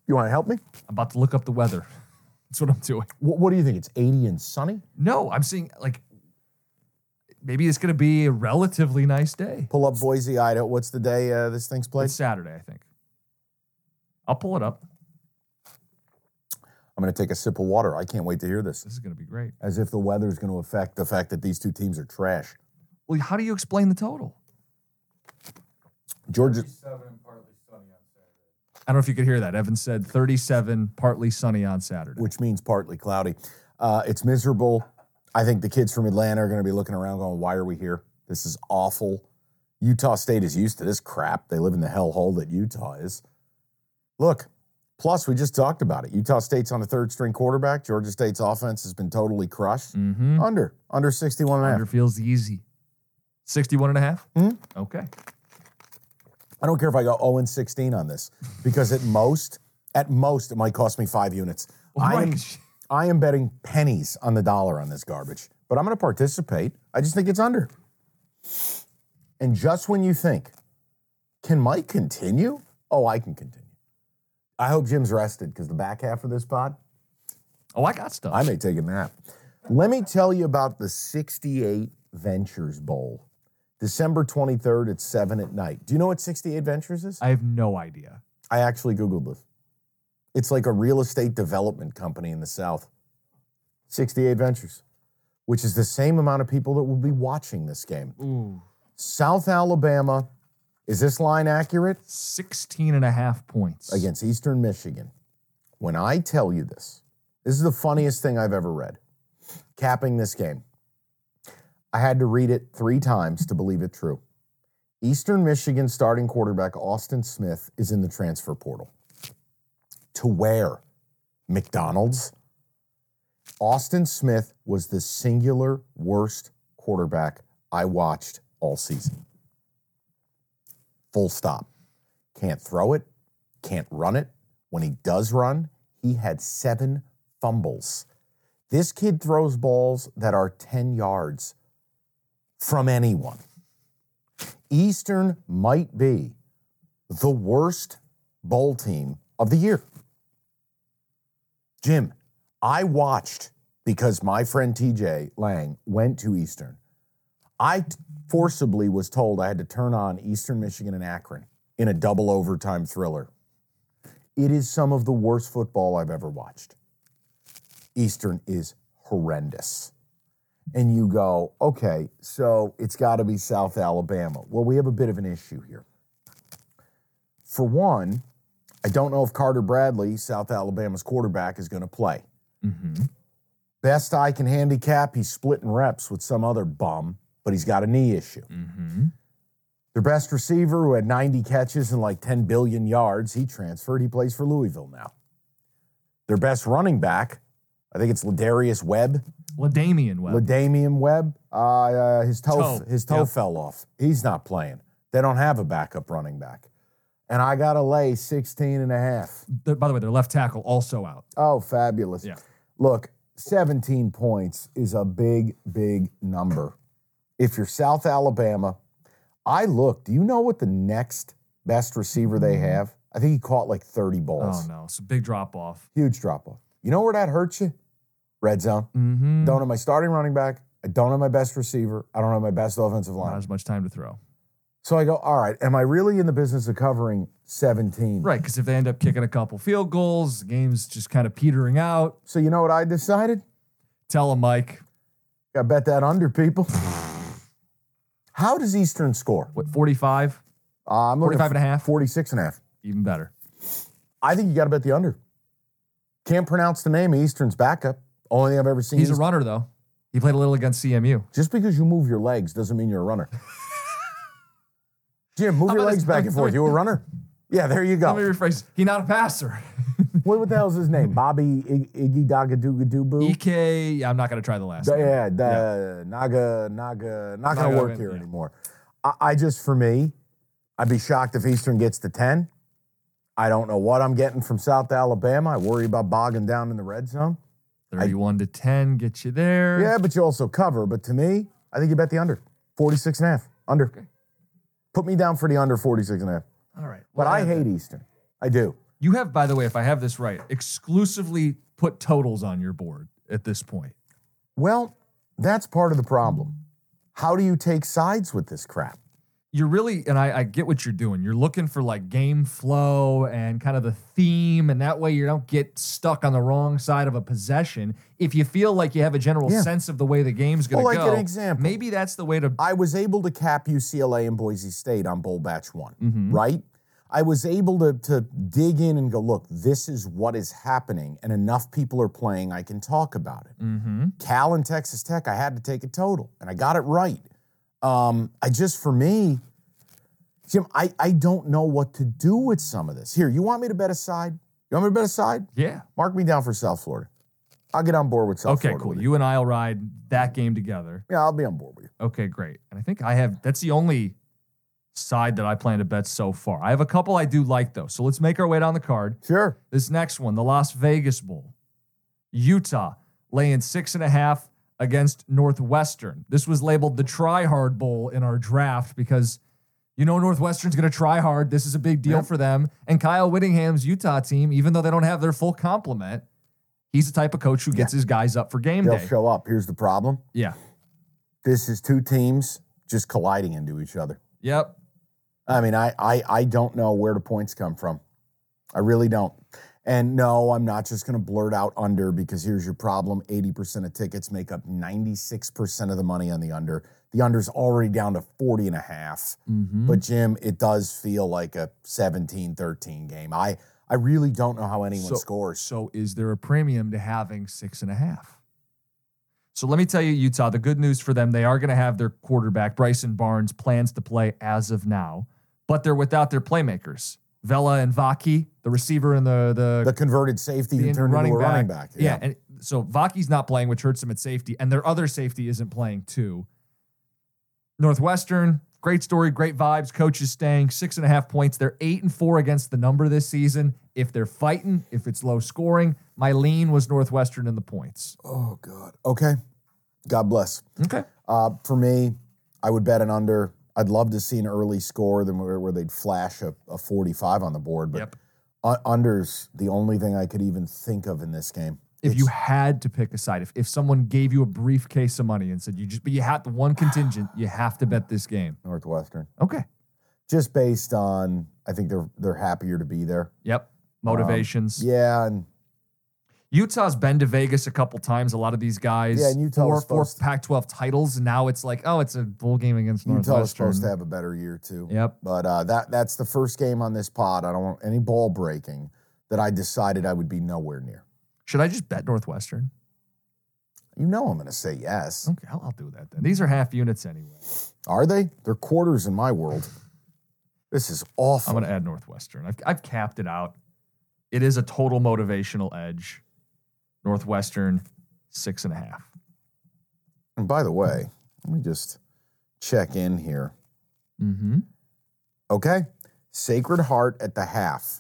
S1: You want to help me?
S2: I'm about to look up the weather. <laughs> That's what I'm doing.
S1: Wh- What, do you think? It's 80 and sunny?
S2: No, I'm seeing like maybe it's going to be a relatively nice day.
S1: Pull up Boise, Idaho. What's the day uh, this thing's played?
S2: It's Saturday, I think. I'll pull it up.
S1: I'm going to take a sip of water. I can't wait to hear this.
S2: This is going to be great.
S1: As if the weather's going to affect the fact that these two teams are trash.
S2: Well, how do you explain the total?
S1: Georgia.
S2: I don't know if you could hear that. Evan said 37, partly sunny on Saturday.
S1: which means partly cloudy. Uh, it's miserable. I think the kids from Atlanta are going to be looking around going, why are we here? This is awful. Utah State is used to this crap. They live in the hellhole that Utah is. Look, plus, we just talked about it. Utah State's on a third string quarterback. Georgia State's offense has been totally crushed.
S2: mm-hmm.
S1: Under, under 61 and a half.
S2: Under feels easy. 61 and a half?
S1: Mhm.
S2: Okay.
S1: I don't care if I go 0 and 16 on this because at most, at most, it might cost me five
S2: <laughs>
S1: units. I am,
S2: Right.
S1: I am betting pennies on the dollar on this garbage, but I'm going to participate. I just think it's under. And just when you think, can Mike continue? Oh, I can continue. I hope Jim's rested because the back half of this pod,
S2: Oh, I got stuff.
S1: I may take a nap. Let me tell you about the 68 Ventures Bowl. December 23rd at 7 at night. Do you know what 68 Ventures is?
S2: I have no idea.
S1: I actually Googled this. It's like a real estate development company in the South. 68 Ventures, which is the same amount of people that will be watching this game.
S2: Ooh.
S1: South Alabama, is this line accurate?
S2: 16 and a half points.
S1: Against Eastern Michigan. When I tell you this, this is the funniest thing I've ever read. Capping this game. I had to read it three times to believe it true. Eastern Michigan starting quarterback Austin Smith is in the transfer portal. To where? McDonald's? Austin Smith was the singular worst quarterback I watched all season. Full stop. Can't throw it, can't run it. When he does run, he had seven fumbles. This kid throws balls that are 10 yards from anyone. Eastern might be the worst bowl team of the year. Jim, I watched because my friend TJ Lang went to Eastern. I t- forcibly was told I had to turn on Eastern Michigan and Akron in a double overtime thriller. It is some of the worst football I've ever watched. Eastern is horrendous. And you go, okay, so it's got to be South Alabama. Well, we have a bit of an issue here. For one, I don't know if Carter Bradley, South Alabama's quarterback, is going to play.
S2: hmm
S1: Best I can handicap, he's splitting reps with some other bum. but he's got a knee issue. Their best receiver, who had 90 catches and like 10 billion yards, he transferred. He plays for Louisville now. Their best running back, I think it's Ladarius Webb,
S2: Ladamian Webb.
S1: Ladamian Webb. Uh, uh, his toe,
S2: Toe,
S1: his toe
S2: yep.
S1: fell off. He's not playing. They don't have a backup running back. And I got to lay 16 and a half.
S2: The- by the way, their left tackle also out.
S1: Oh, fabulous.
S2: Yeah.
S1: Look, 17 points is a big, big number. If you're South Alabama, I look, do you know what the next best receiver they have? I think he caught like 30 balls.
S2: Mm-hmm. Oh no, it's a big drop off.
S1: Huge drop off. You know where that hurts you? Red zone.
S2: Mm-hmm.
S1: Don't have my starting running back. I don't have my best receiver. I don't have my best offensive
S2: Not
S1: line.
S2: as much time to throw.
S1: So I go, all right, am I really in the business of covering 17?
S2: Right, because if they end up kicking a couple field goals, the game's just kind of petering out.
S1: So you know what I decided?
S2: Tell them, Mike,
S1: I bet that under
S2: <sighs>
S1: people. How does Eastern score?
S2: what, 45?
S1: Uh, I'm looking
S2: 45
S1: for
S2: and a half?
S1: 46 and a half.
S2: Even better.
S1: I think you got to bet the under. Can't pronounce the name of Eastern's backup. Only thing I've ever seen.
S2: He's a
S1: East-
S2: runner, though. He played a little against CMU.
S1: Just because you move your legs doesn't mean you're a runner. Jim, move
S2: How
S1: your
S2: about
S1: legs
S2: this-
S1: back and forth. You a runner? Yeah, there you
S2: Let me
S1: go.
S2: rephrase. He not a passer.
S1: <laughs> What, what the hell's his name? Bobby Ig- Iggy Dagadugadubu?
S2: EK, E yeah, I'm not going to try the last.
S1: Da-
S2: name.
S1: yeah, da, Naga, Naga, not gonna
S2: Naga,
S1: work here
S2: yeah.
S1: anymore. I, I just, for me, I'd be shocked if Eastern gets to 10. I don't know what I'm getting from South Alabama. I worry about bogging down in the red zone.
S2: 31 to 10 get you there.
S1: Yeah, but you also cover. But to me, I think you bet the under 46 and a half. Under. Put me down for the under 46 and a half.
S2: All right.
S1: But
S2: Well,
S1: I hate Eastern. I do.
S2: You have, by the way, if I have this right, exclusively put totals on your board at this point.
S1: Well, that's part of the problem. How do you take sides with this crap?
S2: You're really, and I, I get what you're doing. You're looking for like game flow and kind of the theme, and that way you don't get stuck on the wrong side of a possession. If you feel like you have a general
S1: Yeah.
S2: sense of the way the game's going to
S1: Well, like
S2: go,
S1: an example.
S2: maybe that's the way to.
S1: I was able to cap UCLA and Boise State on bowl batch one,
S2: Mm-hmm.
S1: right? I was able to, to dig in and go, look, this is what is happening, and enough people are playing, I can talk about it.
S2: Mm-hmm.
S1: Cal and Texas Tech, I had to take a total, and I got it right. Um, I just, for me, Jim, I, I don't know what to do with some of this. Here, you want me to bet aside? You want me to bet aside?
S2: Yeah.
S1: Mark me down for South Florida. I'll get on board with South
S2: Okay,
S1: Florida.
S2: cool.
S1: with
S2: You and I'll ride that game together.
S1: Yeah, I'll be on board with you.
S2: Okay, great. And I think I have that's the only side that I plan to bet so far. I have a couple I do like though. So let's make our way down the card.
S1: Sure.
S2: This next one, the Las Vegas Bowl. Utah laying six and a half against Northwestern. This was labeled the try hard bowl in our draft because you know Northwestern's going to try hard. This is a big deal for them. And Kyle Whittingham's Utah team, even though they don't have their full complement, he's the type of coach who gets his guys up for game
S1: They'll
S2: day.
S1: show up. Here's the problem.
S2: Yeah.
S1: this is two teams just colliding into each other.
S2: Yep.
S1: I mean, I I, I don't know where the points come from. I really don't. And no, I'm not just going to blurt out under because here's your problem 80% of tickets make up 96% of the money on the under. The under's already down to 40 and a half.
S2: Mm-hmm.
S1: But Jim, it does feel like a 17-13 game. I I really don't know how anyone
S2: So-
S1: scores.
S2: So is there a premium to having six and a half? So let me tell you, Utah, the good news for them, they are going to have their quarterback, Bryson Barnes, plans to play as of now, but they're without their playmakers. Vela and Vaki, the receiver and the the,
S1: The converted safety who
S2: the
S1: turned into a running back.
S2: Yeah. and so Vaki's not playing, which hurts them at safety, and their other safety isn't playing too. Northwestern, great story, great vibes. Coach is staying six and a half points. They're eight and four against the number this season. If they're fighting, if it's low scoring, my lean was Northwestern in the points.
S1: Oh God. Okay. God bless.
S2: Okay.
S1: Uh, for me, I would bet an under. I'd love to see an early score than where, where they'd flash a, a 45 on the board, but
S2: Yep.
S1: u- under's the only thing I could even think of in this game.
S2: If you
S1: It's-
S2: had to pick a side, if, if someone gave you a briefcase of money and said you just but you have the one contingent, you have to bet this game.
S1: Northwestern,
S2: Okay.
S1: just based on, I think they're they're happier to be there.
S2: Yep. Motivations.
S1: Yeah, and
S2: Utah's been to Vegas a couple times. A lot of these guys,
S1: Yeah, and Utah
S2: four,
S1: was
S2: four
S1: supposed to-
S2: Pac-12 titles. And now it's like, oh, it's a bowl game against
S1: Utah was
S2: Northwestern.
S1: supposed to have a better year too.
S2: Yep.
S1: But uh, that that's the first game on this pod. I don't want any ball breaking that I decided I would be nowhere near.
S2: Should I just bet Northwestern?
S1: You know I'm going to say yes.
S2: Okay, I'll, I'll do that then. These are half units anyway.
S1: Are they? They're quarters in my world. This is awful.
S2: I'm going to add Northwestern. I've, I've capped it out. It is a total motivational edge. Northwestern, six and a half.
S1: and by the way, let me just check in here.
S2: Mm-hmm.
S1: Okay. Sacred Heart at the half.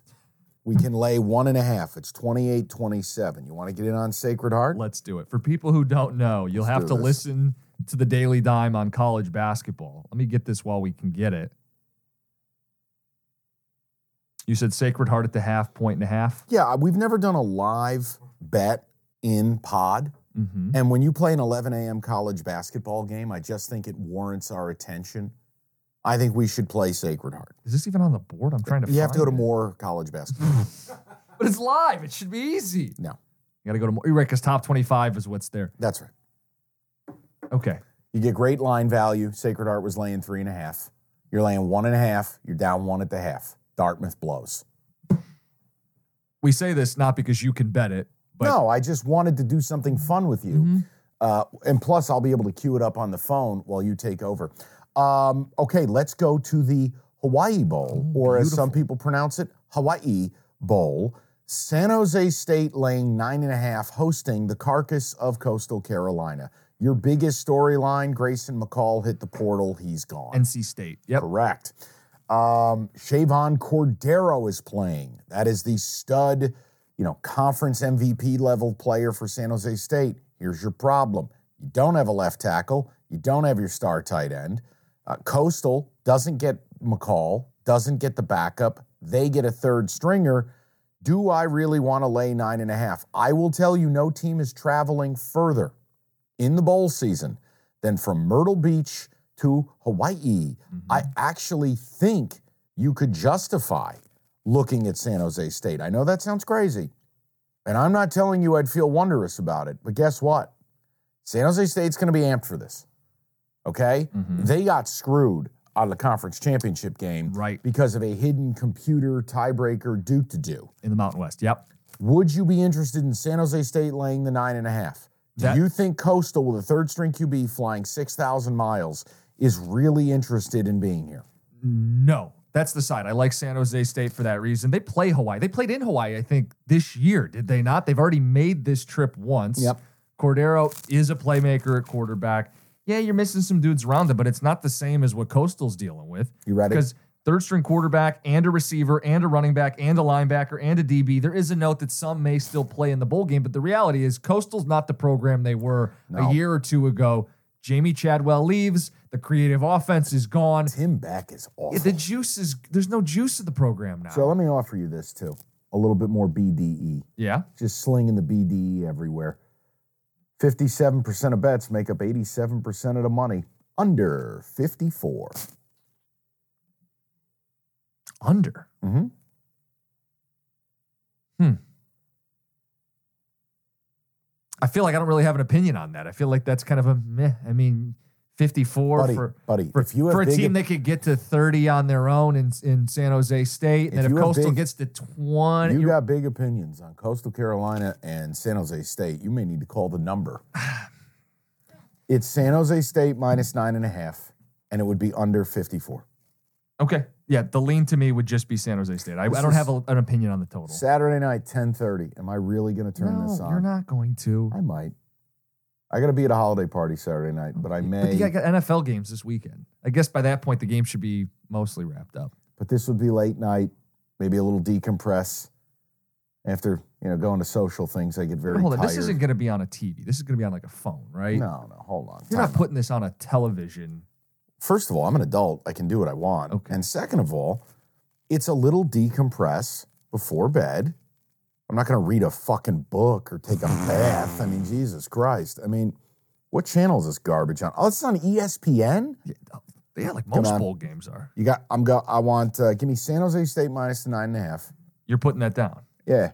S1: We can lay one and a half. It's 28 27. You want to get in on Sacred Heart?
S2: Let's do it. For people who don't know, you'll have
S1: do
S2: to
S1: this.
S2: listen to the Daily Dime on college basketball. Let me get this while we can get it. You said Sacred Heart at the half, point and a half.
S1: Yeah, we've never done a live bet in pod.
S2: Mm-hmm.
S1: And when you play an 11 a.m. college basketball game, I just think it warrants our attention. I think we should play Sacred Heart.
S2: Is this even on the board? I'm trying to.
S1: You have to go to
S2: find it.
S1: more college basketball.
S2: but it's live. It should be easy.
S1: no,
S2: You got to go to more. You're right, because top 25 is what's there.
S1: that's right.
S2: Okay.
S1: You get great line value. Sacred Heart was laying three and a half. You're laying one and a half. You're down one at the half. Dartmouth blows.
S2: We say this not because you can bet it, but
S1: no, I just wanted to do something fun with you. Uh, and plus, I'll be able to queue it up on the phone while you take over. Um, okay, let's go to the Hawaii Bowl, or as some people pronounce it, Hawaii Bowl. San Jose State laying nine and a half, hosting the carcass of Coastal Carolina. Your biggest storyline Grayson McCall hit the portal. He's gone.
S2: NC State. Yep.
S1: Correct. Um, Shavon Cordero is playing. That is the stud, you know, conference MVP level player for San Jose State. Here's your problem you don't have a left tackle, you don't have your star tight end. Uh, Coastal doesn't get McCall, doesn't get the backup. They get a third stringer. Do I really want to lay nine and a half? I will tell you, no team is traveling further in the bowl season than from Myrtle Beach to Hawaii. I actually think you could justify looking at San Jose State. I know that sounds crazy, and I'm not telling you I'd feel wondrous about it, but guess what? San Jose State's going to be amped for this. Okay? They got screwed out of the conference championship game
S2: Right.
S1: because of a hidden computer tiebreaker Duke to do.
S2: In the Mountain West. Yep.
S1: Would you be interested in San Jose State laying the nine and a half? Do
S2: That-
S1: you think Coastal, with a third string QB flying 6,000 miles, is really interested in being here?
S2: No, that's the side. I like San Jose State for that reason. They play Hawaii. They played in Hawaii, I think, this year, did they not? They've already made this trip once.
S1: Yep.
S2: Cordero is a playmaker at quarterback. Yeah, you're missing some dudes around him, but it's not the same as what Coastal's dealing with.
S1: You ready?
S2: Because third string quarterback and a receiver and a running back and a linebacker and a DB, there is a note that some may still play in the bowl game, but the reality is Coastal's not the program they were a year or two ago. Jamie Chadwell leaves. The creative offense is gone.
S1: Tim Beck is awful.
S2: Yeah, the juice is there's no juice in the program now.
S1: so let me offer you this, too a little bit more BDE.
S2: yeah,
S1: Just slinging the BDE everywhere. 57% of bets make up 87% of the money. Under 54.
S2: under.
S1: Mm-hmm.
S2: I feel like I don't really have an opinion on that. I feel like that's kind of a meh. I mean, 54
S1: Buddy,
S2: for
S1: buddy,
S2: for,
S1: if you have
S2: for a
S1: big-
S2: team that could get to 30 on their own in in San Jose State, and
S1: If
S2: then if
S1: you have
S2: Coastal
S1: big-
S2: gets to 20,
S1: You
S2: you're-
S1: got big opinions on Coastal Carolina and San Jose State. You may need to call the
S2: <sighs>
S1: number. It's San Jose State minus nine and a half, and it would be under 54.
S2: okay, yeah, the lean to me would just be San Jose State. I, I don't have a, an opinion on the total.
S1: Saturday night, 1030. Am I really going to turn
S2: no,
S1: this on?
S2: you're not going to.
S1: I might. I got to be at a holiday party Saturday night, but I may.
S2: But you got got NFL games this weekend. I guess by that point the game should be mostly wrapped up.
S1: but this would be late night, maybe a little decompress. After, you know, going to social things, I get very
S2: Hold on,
S1: tired.
S2: this isn't going to be on a TV. This is going to be on like a phone, right?
S1: No, no, hold on.
S2: You're
S1: Time
S2: not putting this on a television.
S1: first of all, I'm an adult. I can do what I want.
S2: Okay.
S1: And second of all, it's a little decompress before bed. I'm not going to read a fucking book or take a bath. I
S2: <sighs>
S1: mean, Jesus Christ. I mean, what channel is this garbage on? Oh, it's on ESPN.
S2: Yeah, like
S1: Come
S2: most
S1: on.
S2: bowl games are.
S1: You got? I'm go. I want. Uh, give me San Jose State minus the nine and a half.
S2: You're putting that down.
S1: Yeah,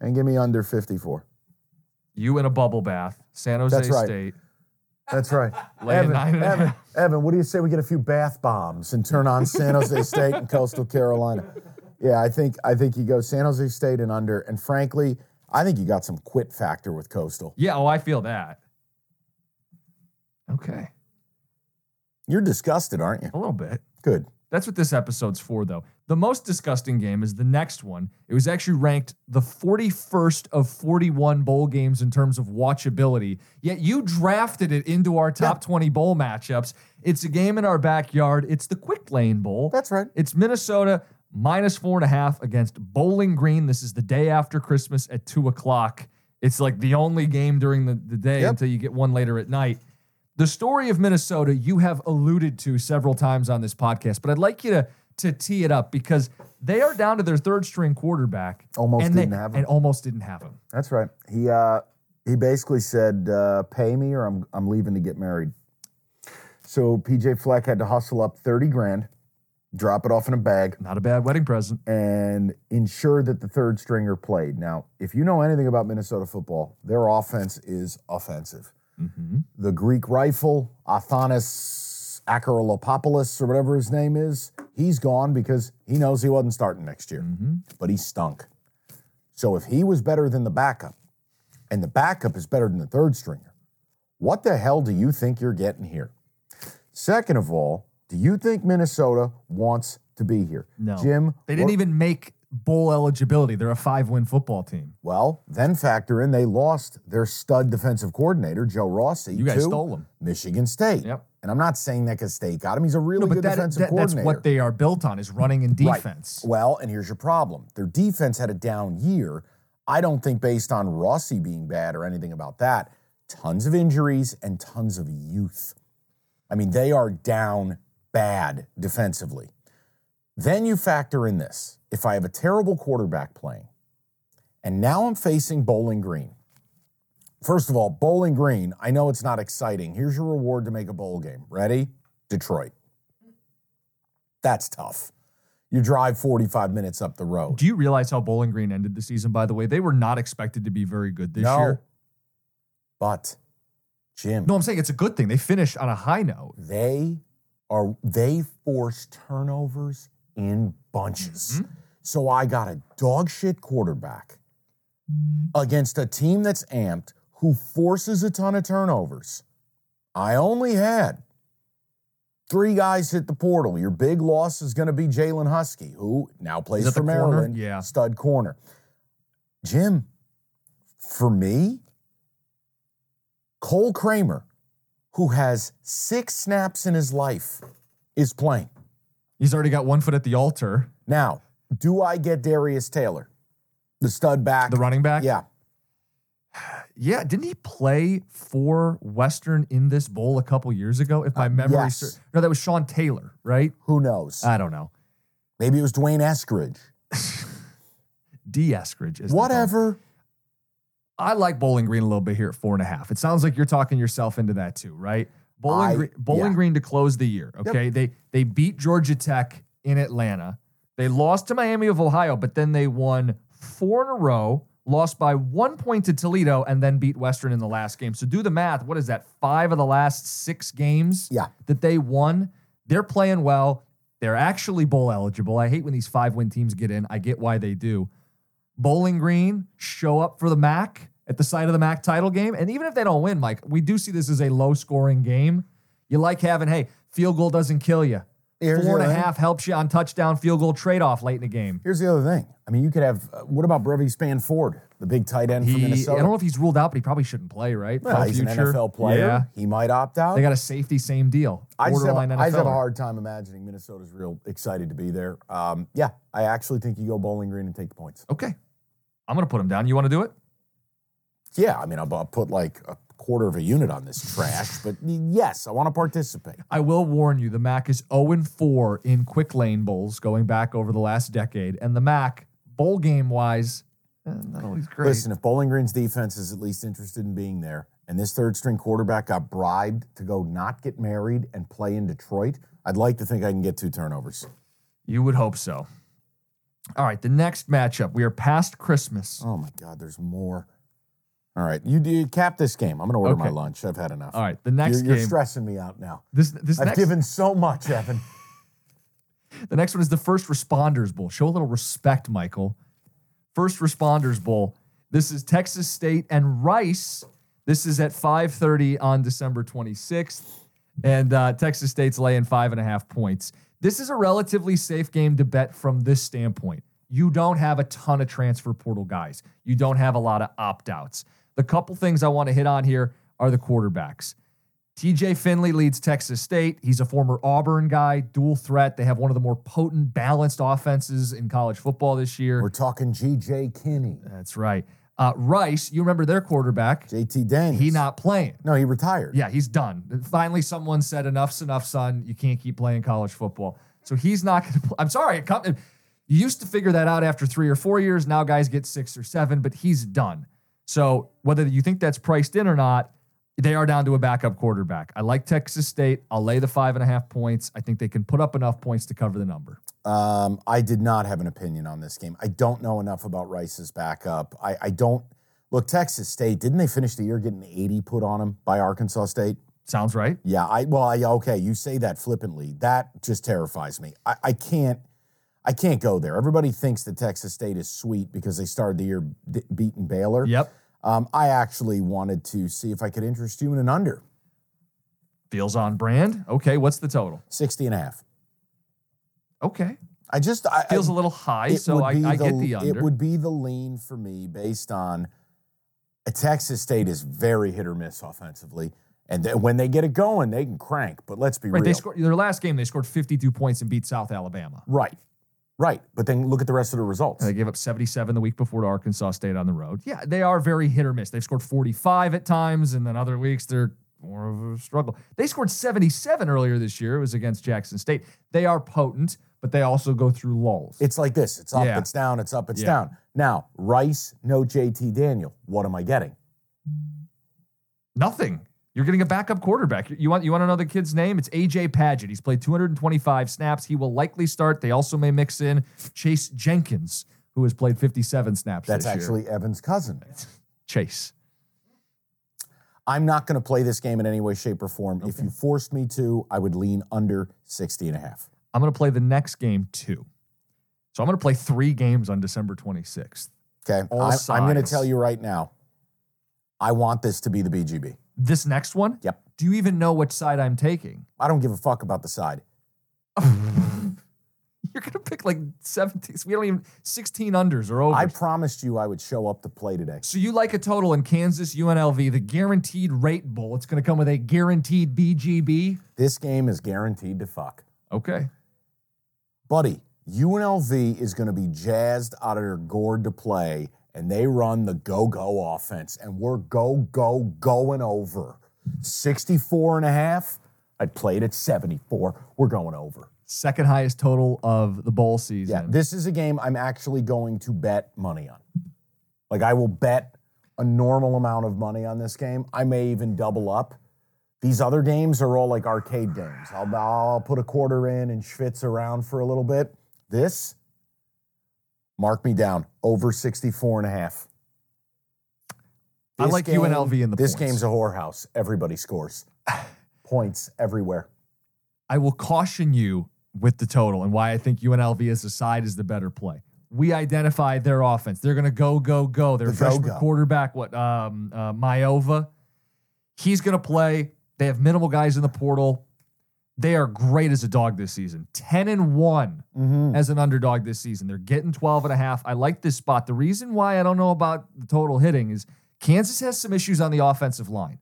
S1: and give me under 54.
S2: You in a bubble bath, San Jose
S1: That's right.
S2: State.
S1: That's right.
S2: Lay a
S1: Evan,
S2: nine and a
S1: Evan,
S2: half.
S1: Evan, what do you say we get a few bath bombs and turn on San Jose State and Coastal Carolina? Yeah, I think I think you go San Jose State and under. And frankly, I think you got some quit factor with Coastal.
S2: Yeah, oh, I feel that. Okay.
S1: You're disgusted, aren't you?
S2: A little bit.
S1: Good.
S2: That's what this episode's for, though. The most disgusting game is the next one. It was actually ranked the 41st of 41 bowl games in terms of watchability, yet you drafted it into our top 20 bowl matchups. It's a game in our backyard. It's the Quick Lane Bowl.
S1: That's right.
S2: It's Minnesota minus four and a half against Bowling Green. This is the day after Christmas at two o'clock. It's like the only game during the, the day
S1: Yep.
S2: until you get one later at night. The story of Minnesota you have alluded to several times on this podcast, but I'd like you to to tee it up because they are down to their third string quarterback.
S1: Almost
S2: and
S1: didn't have him.
S2: And almost didn't have him.
S1: That's right. He uh, he basically said, uh, "Pay me, or I'm I'm leaving to get married." So PJ Fleck had to hustle up thirty grand, drop it off in a bag,
S2: Not a bad wedding present.
S1: and ensure that the third stringer played. Now, if you know anything about Minnesota football, their offense is offensive.
S2: Mm-hmm.
S1: The Greek rifle, Athanas Akarolopoulos, or whatever his name is, he's gone because he knows he wasn't starting next year,
S2: Mm-hmm.
S1: but he stunk. So if he was better than the backup, and the backup is better than the third stringer, what the hell do you think you're getting here? Second of all, do you think Minnesota wants to be here?
S2: No.
S1: Jim,
S2: They didn't
S1: what-
S2: even make bowl eligibility. They're a five win football team.
S1: Well, then factor in they lost their stud defensive coordinator, Joe Rossi,
S2: You guys
S1: to
S2: stole him.
S1: Michigan State.
S2: Yep.
S1: And I'm not saying that because State got him. He's a really
S2: No, but
S1: good
S2: that,
S1: defensive
S2: that- that's
S1: coordinator.
S2: what they are built on is running and
S1: Right.
S2: defense.
S1: Well, and here's your problem. Their defense had a down year. I don't think based on Rossi being bad or anything about that. Tons of injuries and tons of youth. I mean, they are down bad defensively. Then you factor in this. If I have a terrible quarterback playing, and now I'm facing Bowling Green. First of all, Bowling Green, I know it's not exciting. Here's your reward to make a bowl game. Ready? Detroit. That's tough. You drive 45 minutes up the road.
S2: Do you realize how Bowling Green ended the season, by the way? They were not expected to be very good this
S1: no.
S2: year.
S1: But Jim,
S2: No, I'm saying it's a good thing. They finished on a high note.
S1: they are they force turnovers in bunches.
S2: Mm-hmm.
S1: So I got a dog shit quarterback against a team that's amped who forces a ton of turnovers. I only had three guys hit the portal. Your big loss is going to be Jalen Husky, who now plays
S2: that
S1: for
S2: the corner?
S1: Maryland,
S2: Yeah.
S1: stud corner. Jim, for me, Cole Kramer, who has six snaps in his life, is playing.
S2: He's already got one foot at the altar.
S1: Now, do I get Darius Taylor, the stud back?
S2: The running back.
S1: Yeah.
S2: Yeah. Didn't he play for Western in this bowl a couple years ago? If my memory
S1: Uh, yes.
S2: ser- No, that was Sean Taylor, right?
S1: Who knows?
S2: I don't know.
S1: Maybe it was Dwayne Eskridge.
S2: D Eskridge is the ball.
S1: Whatever.
S2: I like Bowling Green a little bit here at four and a half. It sounds like you're talking yourself into that too, right? Bowling
S1: I-
S2: Green, Bowling
S1: yeah.
S2: Green to close the year. Okay, they they beat Georgia Tech in Atlanta. They lost to Miami of Ohio, but then they won four in a row. Lost by one point to Toledo and then beat Western in the last game. So do the math. What is that? Five of the last six games
S1: Yeah.
S2: that they won. They're playing well. They're actually bowl eligible. I hate when these five win teams get in. I get why they do. Bowling Green show up for the MAC at the site of the MAC title game. And even if they don't win, Mike, we do see this as a low scoring game. You like having, hey, field goal doesn't kill you.
S1: Here's the
S2: Four and
S1: other
S2: a
S1: thing.
S2: half helps you on touchdown field goal trade off late in the game.
S1: Here's the other thing. I mean, you could have. Uh, what about Brevy Spanford, the big tight end from
S2: He, I
S1: Minnesota?
S2: don't know if he's ruled out, but he probably shouldn't play, right?
S1: Well,
S2: For
S1: he's an
S2: future.
S1: NFL player.
S2: Yeah.
S1: He might opt out.
S2: They got a safety, same deal.
S1: I just, have,
S2: Borderline
S1: I just have a
S2: NFLer.
S1: hard time imagining Minnesota's real excited to be there. Um, yeah, I actually think you go Bowling Green and take the points.
S2: Okay. I'm going to put him down. You want to do it?
S1: Yeah, I mean, I'll, I'll put like a quarter of a unit on this trash, but yes, I want to participate.
S2: I will warn you, the MAC is 0 4 in quick lane bowls going back over the last decade. And the MAC, bowl game wise,
S1: Uh,
S2: eh, not always great.
S1: Listen, if Bowling Green's defense is at least interested in being there, and this third string quarterback got bribed to go not get married and play in Detroit, I'd like to think I can get two turnovers.
S2: You would hope so. All right, the next matchup. We are past Christmas.
S1: Oh my God, there's more. All right, you, you cap this game. I'm going to order my
S2: Okay.
S1: lunch. I've had enough.
S2: All right, the next
S1: you're, you're
S2: game.
S1: stressing me out now.
S2: This this
S1: I've
S2: next
S1: given so much, Evan.
S2: the next one is the first responders bowl. Show a little respect, Michael. First responders bowl. This is Texas State and Rice. This is at 5:30 on December 26th, and uh, Texas State's laying five and a half points. This is a relatively safe game to bet from this standpoint. You don't have a ton of transfer portal guys. You don't have a lot of opt outs. The couple things I want to hit on here are the quarterbacks. TJ Finley leads Texas State. He's a former Auburn guy, dual threat. They have one of the more potent, balanced offenses in college football this year.
S1: We're talking G.J. Kinney,
S2: That's right. Uh, Rice, you remember their quarterback?
S1: J.T. Daniels.
S2: He not playing.
S1: No, he retired.
S2: Yeah, he's done. Finally, someone said, "Enough's enough, son. You can't keep playing college football." So he's not going to. Play. I'm sorry. It come, it- you used to figure that out after three or four years. Now guys get six or seven, but he's done. So whether you think that's priced in or not, they are down to a backup quarterback. I like Texas State. I'll lay the five and a half points. I think they can put up enough points to cover the number.
S1: Um, I did not have an opinion on this game. I don't know enough about Rice's backup. I, I don't look. Texas State didn't they finish the year getting eighty put on them by Arkansas State?
S2: Sounds right.
S1: Yeah, I well, I, okay, you say that flippantly. That just terrifies me. I, I can't, I can't go there. Everybody thinks that Texas State is sweet because they started the year d- beating Baylor.
S2: Yep.
S1: Um, I actually wanted to see if I could interest you in an under
S2: Feels on brand. Okay. What's the total?
S1: 60 and a half.
S2: Okay.
S1: I just I,
S2: Feels
S1: I,
S2: a little high,
S1: it
S2: so
S1: would
S2: I,
S1: be
S2: I get the under.
S1: It would be the lean for me based on uh, Texas State is very hit or miss offensively, and then when they get it going, they can crank. But let's be
S2: Right,
S1: real.
S2: they scored their last game. They scored 52 points and beat South Alabama.
S1: right, right. But then look at the rest of the results.
S2: They gave up 77 the week before to Arkansas State on the road. Yeah, they are very hit or miss. They've scored 45 at times, and then other weeks they're more of a struggle. They scored 77 earlier this year. It was against Jackson State. They are potent, but they also go through lulls.
S1: It's like this. It's up,
S2: Yeah.
S1: it's down, it's up, it's
S2: Yeah.
S1: down. Now, Rice, no JT Daniel. What am I getting?
S2: Nothing. You're getting a backup quarterback. You want you want to know the kid's name? It's AJ Paget. He's played 225 snaps. He will likely start. They also may mix in Chase Jenkins, who has played 57 snaps.
S1: That's
S2: this year.
S1: actually Evan's cousin.
S2: Chase.
S1: I'm not going to play this game in any way, shape, or form. If you forced me to, I would lean under 60 and a half.
S2: I'm going to play the next game too. So I'm going to play three games on December 26th.
S1: Okay.
S2: All
S1: I, am going to
S2: sides.
S1: tell you right now, I want this to be the BGB.
S2: This next one?
S1: Yep.
S2: Do you even know which side I'm taking? <laughs>
S1: I don't give a fuck about the side.
S2: You're going to pick like 17. We don't even 16 unders or over.
S1: I promised you I would show up to play today.
S2: so you like a total in Kansas UNLV, the guaranteed rate bowl. It's going to come with a guaranteed BGB.
S1: This game is guaranteed to fuck.
S2: Okay.
S1: Buddy, UNLV is going to be jazzed out of their gourd to play, and they run the go go offense, and we're go go going over. 64 and a half. I played at 74. We're going over.
S2: Second highest total of the bowl season.
S1: Yeah, this is a game I'm actually going to bet money on. Like, I will bet a normal amount of money on this game. I may even double up. These other games are all like arcade games. I'll, I'll put a quarter in and schwitz around for a little bit. This, mark me down, over 64 and a half.
S2: I like UNLV in the
S1: This
S2: points.
S1: game's a whorehouse. Everybody
S2: <laughs>
S1: scores. points everywhere.
S2: I will caution you with the total and why I think UNLV as a side is the better play. We identify their offense. They're going to go, go, go. Their
S1: The
S2: freshman
S1: go-go.
S2: quarterback, what, um, uh, Myova, he's going to play. They have minimal guys in the portal. They are great as a dog this season. 10 and 1 as an underdog this season. They're getting 12 and a half. I like this spot. The reason why I don't know about the total hitting is Kansas has some issues on the offensive line.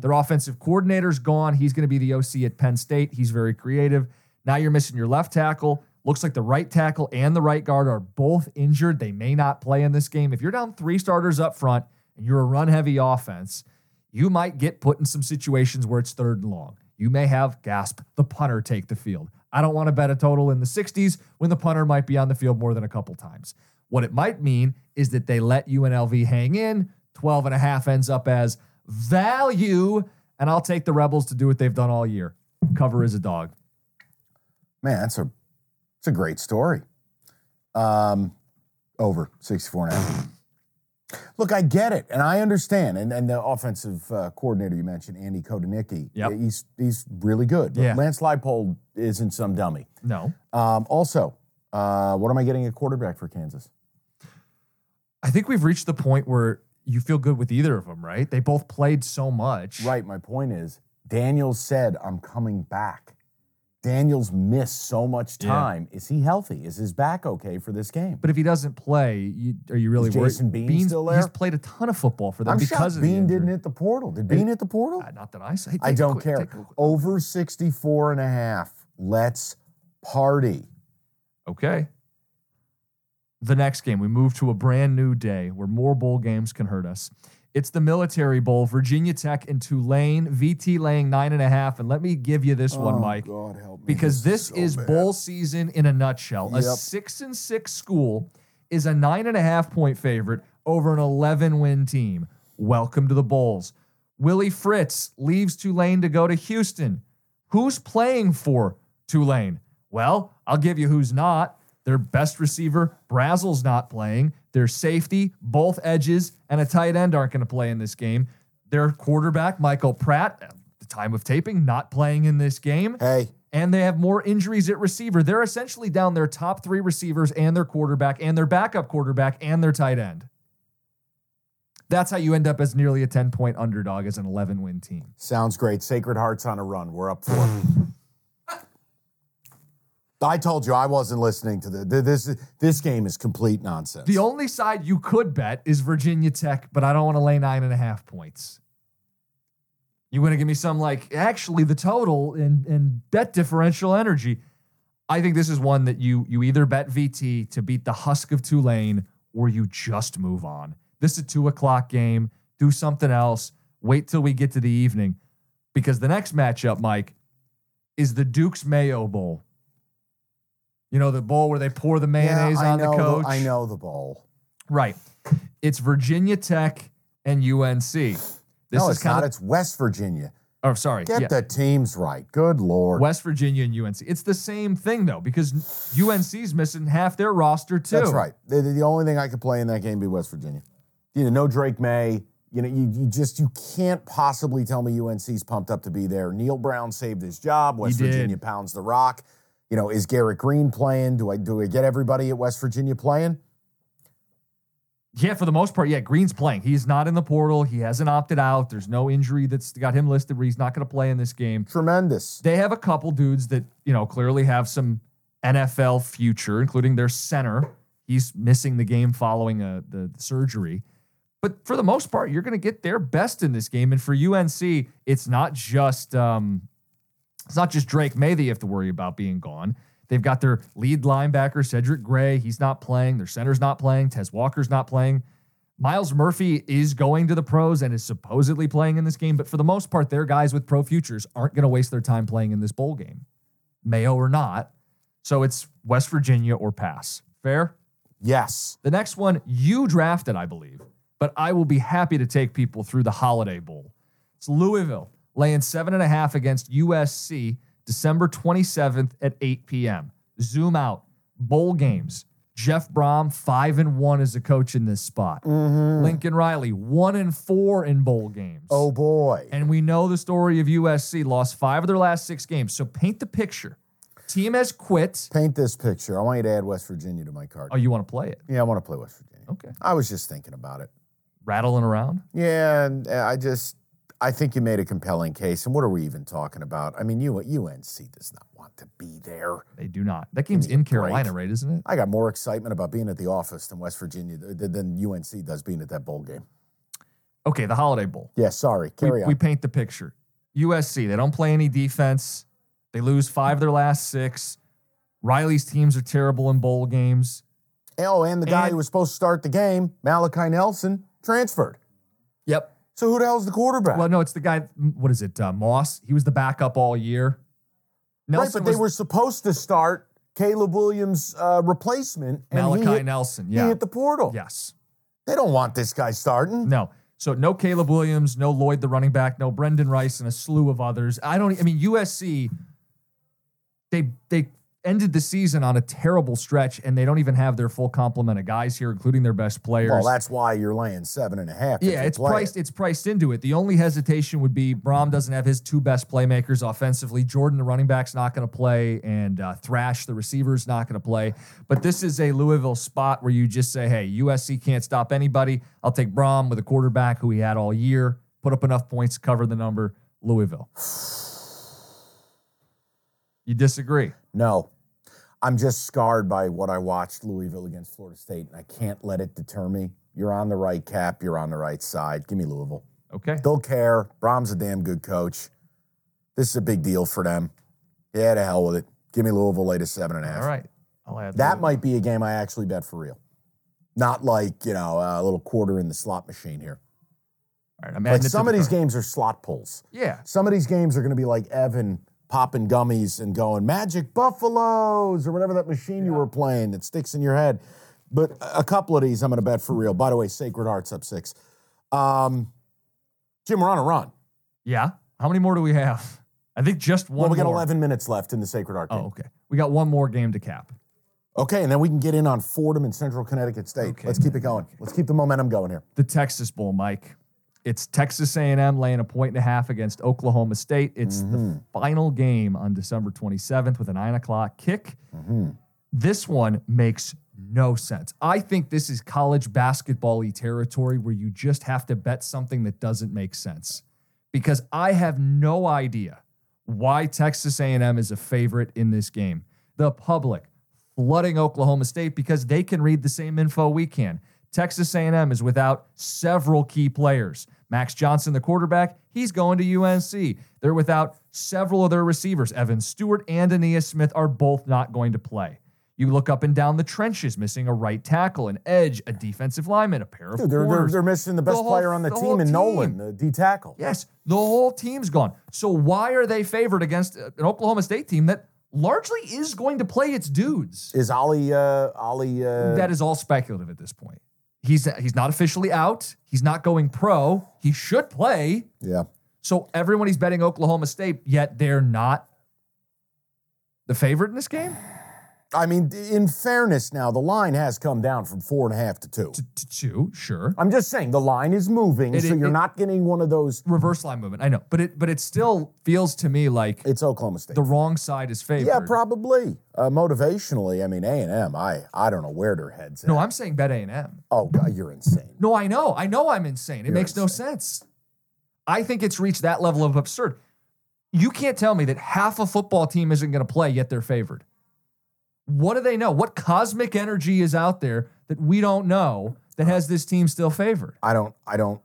S2: Their offensive coordinator's gone. He's going to be the OC at Penn State. He's very creative. Now you're missing your left tackle. Looks like the right tackle and the right guard are both injured. They may not play in this game. If you're down three starters up front and you're a run heavy offense, you might get put in some situations where it's third and long. You may have, gasp, the punter take the field. I don't want to bet a total in the 60s when the punter might be on the field more than a couple times. What it might mean is that they let UNLV hang in. 12 and a half ends up as value, and I'll take the Rebels to do what they've done all year. Cover is a dog.
S1: Man, that's a it's a great story. Um, over 64 and a half. Look, I get it, and I understand. And, and the offensive uh, coordinator you mentioned, Andy Kodanicki,
S2: Yep.
S1: he's he's really good.
S2: Yeah.
S1: Lance Leipold isn't some dummy.
S2: No.
S1: Um, also, uh, what am I getting a quarterback for Kansas?
S2: I think we've reached the point where you feel good with either of them, right? They both played so much.
S1: Right. My point is, Daniel said, I'm coming back. Daniel's missed so much
S4: Yeah.
S1: time. Is he healthy? Is his back okay for this game?
S2: But if he doesn't play, you, are you really
S1: Is
S2: worried?
S1: Jason Bean still there?
S2: He's played a ton of football for them
S1: I'm
S2: because
S1: shocked
S2: of the
S1: Bean didn't
S2: injury.
S1: hit the portal. Did Bean hit the portal?
S2: Uh, Not that I say.
S1: I don't care. Over 64 and a half. Let's party.
S2: Okay. The next game, we move to a brand new day where more bowl games can hurt us. It's the Military Bowl, Virginia Tech and Tulane, VT laying nine and a half. And let me give you this one, Mike,
S1: Oh, God help me.
S2: because this
S1: so
S2: is
S1: bad.
S2: bowl season in a nutshell. A
S1: Yep.
S2: six and six school is a nine and a half point favorite over an 11 win team. Welcome to the Bowls. Willie Fritz leaves Tulane to go to Houston. Who's playing for Tulane? Well, I'll give you who's not. Their best receiver, Brazel's not playing. Their safety, both edges, and a tight end aren't going to play in this game. Their quarterback, Michael Pratt, at the time of taping, not playing in this game
S1: Hey,
S2: and they have more injuries at receiver. They're essentially down their top three receivers and their quarterback and their backup quarterback and their tight end. That's how you end up as nearly a 10 point underdog as an 11 win team.
S1: sounds great. Sacred Hearts on a run. We're up for
S2: <laughs>
S1: it. I told you I wasn't listening to the, th- this. This game is complete nonsense.
S2: The only side you could bet is Virginia Tech, but I don't want to lay nine and a half points. You want to give me some like actually the total and and bet differential energy. I think this is one that you you either bet VT to beat the husk of Tulane or you just move on. This is a two o'clock game. Do something else. Wait till we get to the evening. Because the next matchup, Mike, is the Duke's Mayo Bowl. You know, the bowl where they pour the mayonnaise
S1: I
S2: on
S1: know
S2: the coach.
S1: I know the bowl.
S2: Right. It's Virginia Tech and UNC. This
S1: no,
S2: is
S1: it's not.
S2: kind of
S1: It's West Virginia.
S2: oh sorry.
S1: Get
S2: yeah.
S1: the teams right. Good lord.
S2: West Virginia and UNC. It's the same thing though because UNC's missing half their roster too.
S1: That's right. The, the- the only thing I could play in that game be West Virginia. You know, no Drake May. You know, you, you just you can't possibly tell me UNC's pumped up to be there. Neil Brown saved his job. West
S2: did.
S1: Virginia pounds the rock. You know, is Garrett Green playing? Do I do I get everybody at West Virginia playing?
S2: Yeah, for the most part, yeah, Green's playing. He's not in the portal. He hasn't opted out. There's no injury that's got him listed where he's not going to play in this game.
S1: Tremendous.
S2: They have a couple dudes that, you know, clearly have some NFL future, including their center. He's missing the game following uh the surgery. But for the most part, you're going to get their best in this game. And for UNC, it's not just um, it's not just Drake May they have to worry about being gone. They've got their lead linebacker Cedric Gray. He's not playing. Their center's not playing. Tez Walker's not playing. Miles Murphy is going to the pros and is supposedly playing in this game. But for the most part, their guys with pro futures aren't going to waste their time playing in this bowl game, Mayo or not. So it's West Virginia or pass. Fair.
S1: Yes.
S2: The next one you drafted, I believe, but I will be happy to take people through the Holiday Bowl. It's Louisville laying seven and a half against USC December 27th at 8 p.m. Zoom out, bowl games. Jeff Brom, five and one as a coach in this spot. Lincoln Riley, one and four in bowl games.
S1: Oh boy.
S2: And we know the story of USC, lost five of their last six games. So paint the picture. Team has quit.
S1: Paint this picture. I want you to add West Virginia to my card.
S2: Oh, you want to play it?
S1: yeah, I want to play West Virginia.
S2: Okay.
S1: I was just thinking about it.
S2: Rattling around.
S1: Yeah, and uh, I just I think you made a compelling case. And what are we even talking about? I mean, you UNC does not want to be there.
S2: They do not. That game's
S1: Give me
S2: in
S1: a break.
S2: Carolina, right? Isn't it?
S1: I got more excitement about being at the office than West Virginia than than UNC does being at that bowl game.
S2: Okay, the Holiday Bowl.
S1: Yeah, sorry. Carry
S2: we,
S1: on.
S2: we paint the picture. USC, they don't play any defense. They lose five of their last six. Riley's teams are terrible in bowl games.
S1: oh, and the guy
S2: and-
S1: who was supposed to start the game, Malachi Nelson, transferred.
S2: Yep.
S1: So who the hell's the quarterback?
S2: Well, no, it's the guy. What is it? Uh, Moss. He was the backup all year.
S1: right, but they
S2: was
S1: were supposed to start Caleb Williams' uh, replacement, and
S2: Malachi
S1: he hit,
S2: Nelson.
S1: he
S2: Yeah.
S1: hit the portal.
S2: yes.
S1: They don't want this guy starting.
S2: No. So no Caleb Williams, no Lloyd the running back, no Brendan Rice, and a slew of others. I don't. I mean USC. They they ended the season on a terrible stretch, and they don't even have their full complement of guys here, including their best players.
S1: Well, that's why you're laying seven and a half. if
S2: Yeah,
S1: you
S2: it's
S1: play it.
S2: priced. It's priced into it. The only hesitation would be Brom doesn't have his two best playmakers offensively. Jordan, the running back's not going to play, and uh, Thrash, the receiver's not going to play. But this is a Louisville spot where you just say, "Hey, USC can't stop anybody. I'll take Brom with a quarterback who he had all year. Put up enough points, to cover the number. Louisville." You disagree?
S1: No. I'm just scarred by what I watched Louisville against Florida State, and I can't let it deter me. You're on the right cap. You're on the right side. Give me Louisville.
S2: Okay.
S1: They'll care. Brom's a damn good coach. This is a big deal for them. Yeah, to hell with it. Give me Louisville latest seven and a half.
S2: All right. I'll add
S1: That
S2: Louisville.
S1: might be a game I actually bet for real. Not like, you know, a little quarter in the slot machine here.
S2: All right, I'm
S1: Like
S2: adding it to
S1: some
S2: the
S1: of these
S2: card.
S1: games are slot pulls.
S2: Yeah.
S1: Some of these games are going to be like Evan popping gummies and going Magic Buffaloes or whatever that machine you were playing that sticks in your head. But a a couple of these I'm going to bet for real. By the way, Sacred Heart's up six. Um, Jim, we're on a run.
S2: Yeah. How many more do we have? I think just one.
S1: well, we got
S2: more.
S1: 11 minutes left in the Sacred Heart game.
S2: Oh, okay. We got one more game to cap.
S1: Okay, and then we can get in on Fordham and Central Connecticut State.
S2: Oh. Okay,
S1: Let's keep it going. Let's keep the momentum going here.
S2: The Texas Bowl, Mike. It's Texas A&M laying a point and a half against Oklahoma State. It's the final game on December 27th with a nine o'clock kick. This one makes no sense. I think this is college basketball-y territory where you just have to bet something that doesn't make sense because I have no idea why Texas A&M is a favorite in this game. The public flooding Oklahoma State because they can read the same info we can. Texas A&M is without several key players. Max Johnson, the quarterback, he's going to UNC. They're without several of their receivers. Evan Stewart and Aeneas Smith are both not going to play. You look up and down the trenches, missing a right tackle, an edge, a defensive lineman, a pair of
S1: Dude, they're, they're,
S2: corners.
S1: they're missing the best
S2: whole-
S1: player on the,
S2: the
S1: team
S2: whole
S1: in
S2: team.
S1: Nolan, the D tackle.
S2: Yes, the whole team's gone. So why are they favored against uh, an Oklahoma State team that largely is going to play its dudes?
S1: Is Ollie, uh, Ollie, uh,
S2: that is all speculative at this point. He's he's not officially out. He's not going pro. He should play.
S1: yeah.
S2: So everyone is betting Oklahoma State, yet they're not the favorite in this game
S1: I mean, in fairness, now the line has come down from four and a half to two.
S2: to, to two. Sure,
S1: I'm just saying the line is moving,
S2: It-
S1: so
S2: it-
S1: you're
S2: it-
S1: not getting one of those.
S2: reverse line movement. I know, but it but it still feels to me like
S1: It's Oklahoma State.
S2: the wrong side is favored.
S1: yeah, probably. Uh, motivationally, I mean, A and M. I I don't know where their heads.
S2: No,
S1: at.
S2: I'm saying bet A and M.
S1: Oh, God, you're insane.
S2: No, I know. I know I'm insane. It makes no sense. I think it's reached that level of absurd. You can't tell me that half a football team isn't going to play, yet they're favored. What do they know? What cosmic energy is out there that we don't know that has this team still favored?
S1: I don't. I don't.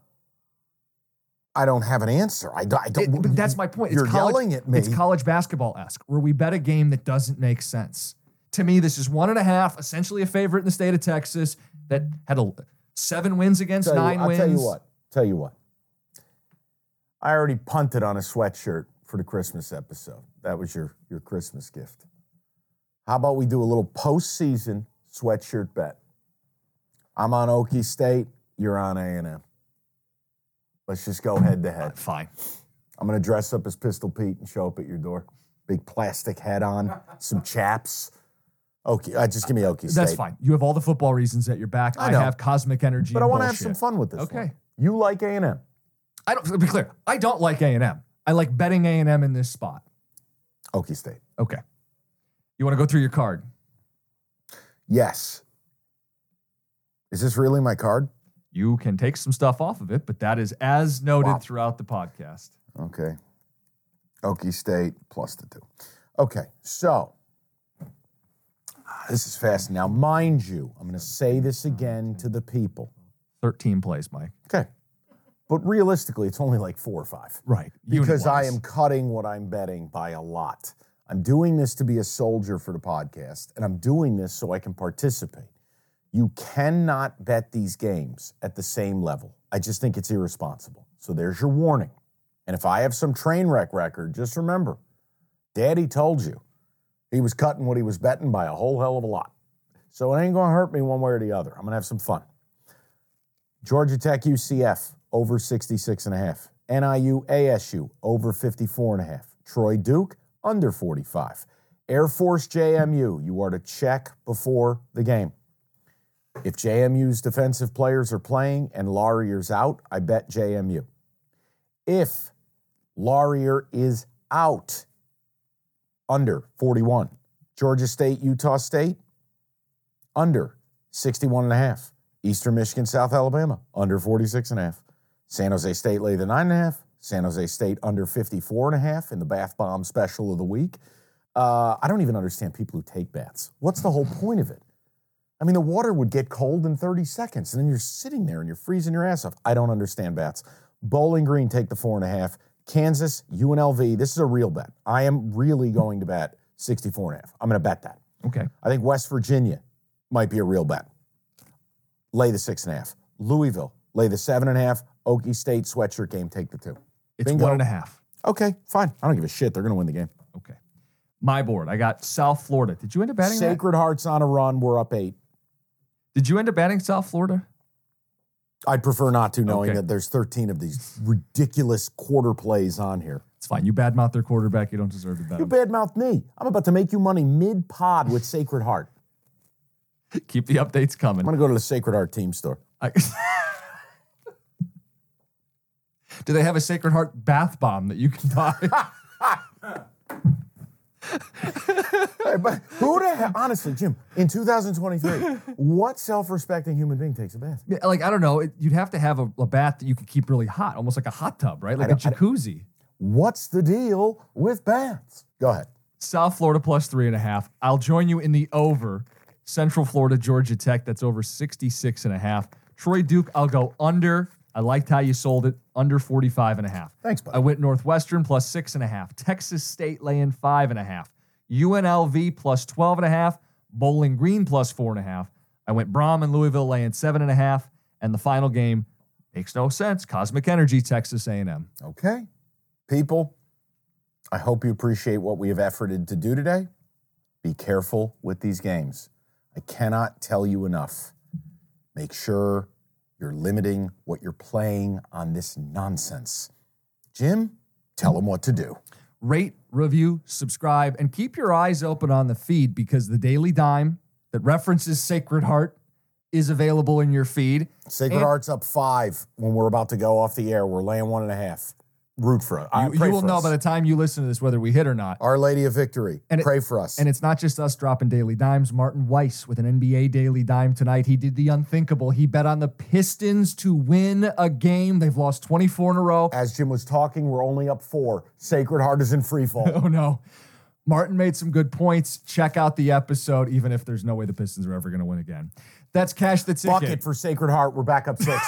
S1: I don't have an answer. I, do- I
S2: It-
S1: don't.
S2: but that's my point.
S1: You're
S2: it's college,
S1: yelling at me.
S2: It's college basketball esque, where we bet a game that doesn't make sense. To me, this is one and a half, essentially a favorite in the state of Texas that had a, seven wins against
S1: Tell you-
S2: nine
S1: I'll
S2: wins.
S1: tell you what. Tell you what. I already punted on a sweatshirt for the Christmas episode. That was your your Christmas gift. How about we do a little postseason sweatshirt bet? I'm on Okie State. You're on A and M. Let's just go head to head.
S2: Fine.
S1: I'm gonna dress up as Pistol Pete and show up at your door. Big plastic hat on, some chaps. Okay, uh, just give me Okie State.
S2: That's fine. You have all the football reasons at your back.
S1: I
S2: I,
S1: know.
S2: have cosmic energy.
S1: But I
S2: and
S1: want to have some
S2: bullshit.
S1: fun with this. one.
S2: Okay.
S1: You like A and M.
S2: I don't to be clear. I don't like A and M. I like betting A and M in this spot.
S1: Okie State.
S2: Okay. You want to go through your card?
S1: Yes. Is this really my card?
S2: You can take some stuff off of it, but that is as noted
S1: Wow.
S2: throughout the podcast.
S1: Okay. Okie State plus the two. Okay, so ah, this is fast. Now, mind you, I'm going to say this again to the people.
S2: Thirteen plays, Mike.
S1: Okay. But realistically, it's only like four or five.
S2: Right.
S1: because I am cutting what I'm betting by a lot. I'm doing this to be a soldier for the podcast, and I'm doing this so I can participate. You cannot bet these games at the same level. I just think it's irresponsible. So there's your warning. And if I have some train wreck record, just remember, Daddy told you he was cutting what he was betting by a whole hell of a lot. So it ain't going to hurt me one way or the other. I'm going to have some fun. Georgia Tech UCF over 66 and a half. NIU ASU over 54 and a half. Troy Duke under 45. Air Force JMU, you are to check before the game. If JMU's defensive players are playing and Laurier's out, I bet JMU. If Laurier is out, under 41. Georgia State, Utah State, under 61 and a half. Eastern Michigan, South Alabama, under 46 and a half. San Jose State lay the nine and a half. San Jose State under 54 and a half in the bath bomb special of the week. Uh, I don't even understand people who take baths. What's the whole point of it? I mean, the water would get cold in 30 seconds, and then you're sitting there and you're freezing your ass off. I don't understand bats. Bowling Green take the four and a half. Kansas, UNLV, this is a real bet. I am really going to bet 64 and a half. I'm going to bet that.
S2: Okay.
S1: I think West Virginia might be a real bet. Lay the six and a half. Louisville, lay the seven and a half. Okie State sweatshirt game, take the two.
S2: It's
S1: Bingo.
S2: one and a half.
S1: Okay, fine. I don't give a shit. They're going to win the game.
S2: Okay. My board. I got South Florida. Did you end up batting that?
S1: Sacred Hearts on a run. We're up eight.
S2: Did you end up batting South Florida?
S1: I'd prefer not to, knowing
S2: Okay.
S1: that there's 13 of these ridiculous quarter plays on here.
S2: It's fine. You badmouth their quarterback. You don't deserve to bet
S1: You
S2: him.
S1: badmouth me. I'm about to make you money mid pod with Sacred Heart.
S2: Keep the updates coming.
S1: I'm going to go to the Sacred Heart team store.
S2: I- <laughs> Do they have a Sacred Heart bath bomb that you can <laughs>
S1: <laughs>
S2: buy?
S1: Hey, but who the hell, honestly, Jim, in 2023, what self respecting human being takes a bath?
S2: Yeah, like I don't know. It, you'd have to have a, a bath that you could keep really hot, almost like a hot tub, right? Like a
S1: don't- I
S2: jacuzzi.
S1: What's the deal with baths? Go ahead.
S2: South Florida plus three and a half. I'll join you in the over. Central Florida, Georgia Tech, that's over 66 and a half. Troy Duke, I'll go under. I liked how you sold it, under 45 and a half.
S1: Thanks, bud.
S2: I went Northwestern plus six and a half. Texas State laying five and a half. UNLV plus 12 and a half. Bowling Green plus four and a half. I went Brom and Louisville laying seven and a half. And the final game makes no sense. Cosmic Energy, Texas A&M.
S1: Okay. People, I hope you appreciate what we have efforted to do today. Be careful with these games. I cannot tell you enough. Make sure you're limiting what you're playing on this nonsense. Jim, tell them what to do.
S2: rate, review, subscribe, and keep your eyes open on the feed because the Daily Dime that references Sacred Heart is available in your feed.
S1: Sacred
S2: And-
S1: Heart's up five when we're about to go off the air. We're laying one and a half. Root for us. I
S2: You,
S1: pray
S2: you will
S1: for
S2: know
S1: us.
S2: by the time you listen to this whether we hit or not.
S1: Our Lady of Victory.
S2: And it-
S1: pray for us.
S2: And it's not just us dropping daily dimes. Martin Weiss with an NBA daily dime tonight. He did the unthinkable. He bet on the Pistons to win a game. They've lost 24 in a row.
S1: As Jim was talking, we're only up four. Sacred Heart is in free fall.
S2: Oh no. Martin made some good points. Check out the episode, even if there's no way the Pistons are ever going to win again. That's cash. That's
S1: bucket for Sacred Heart. We're back up six.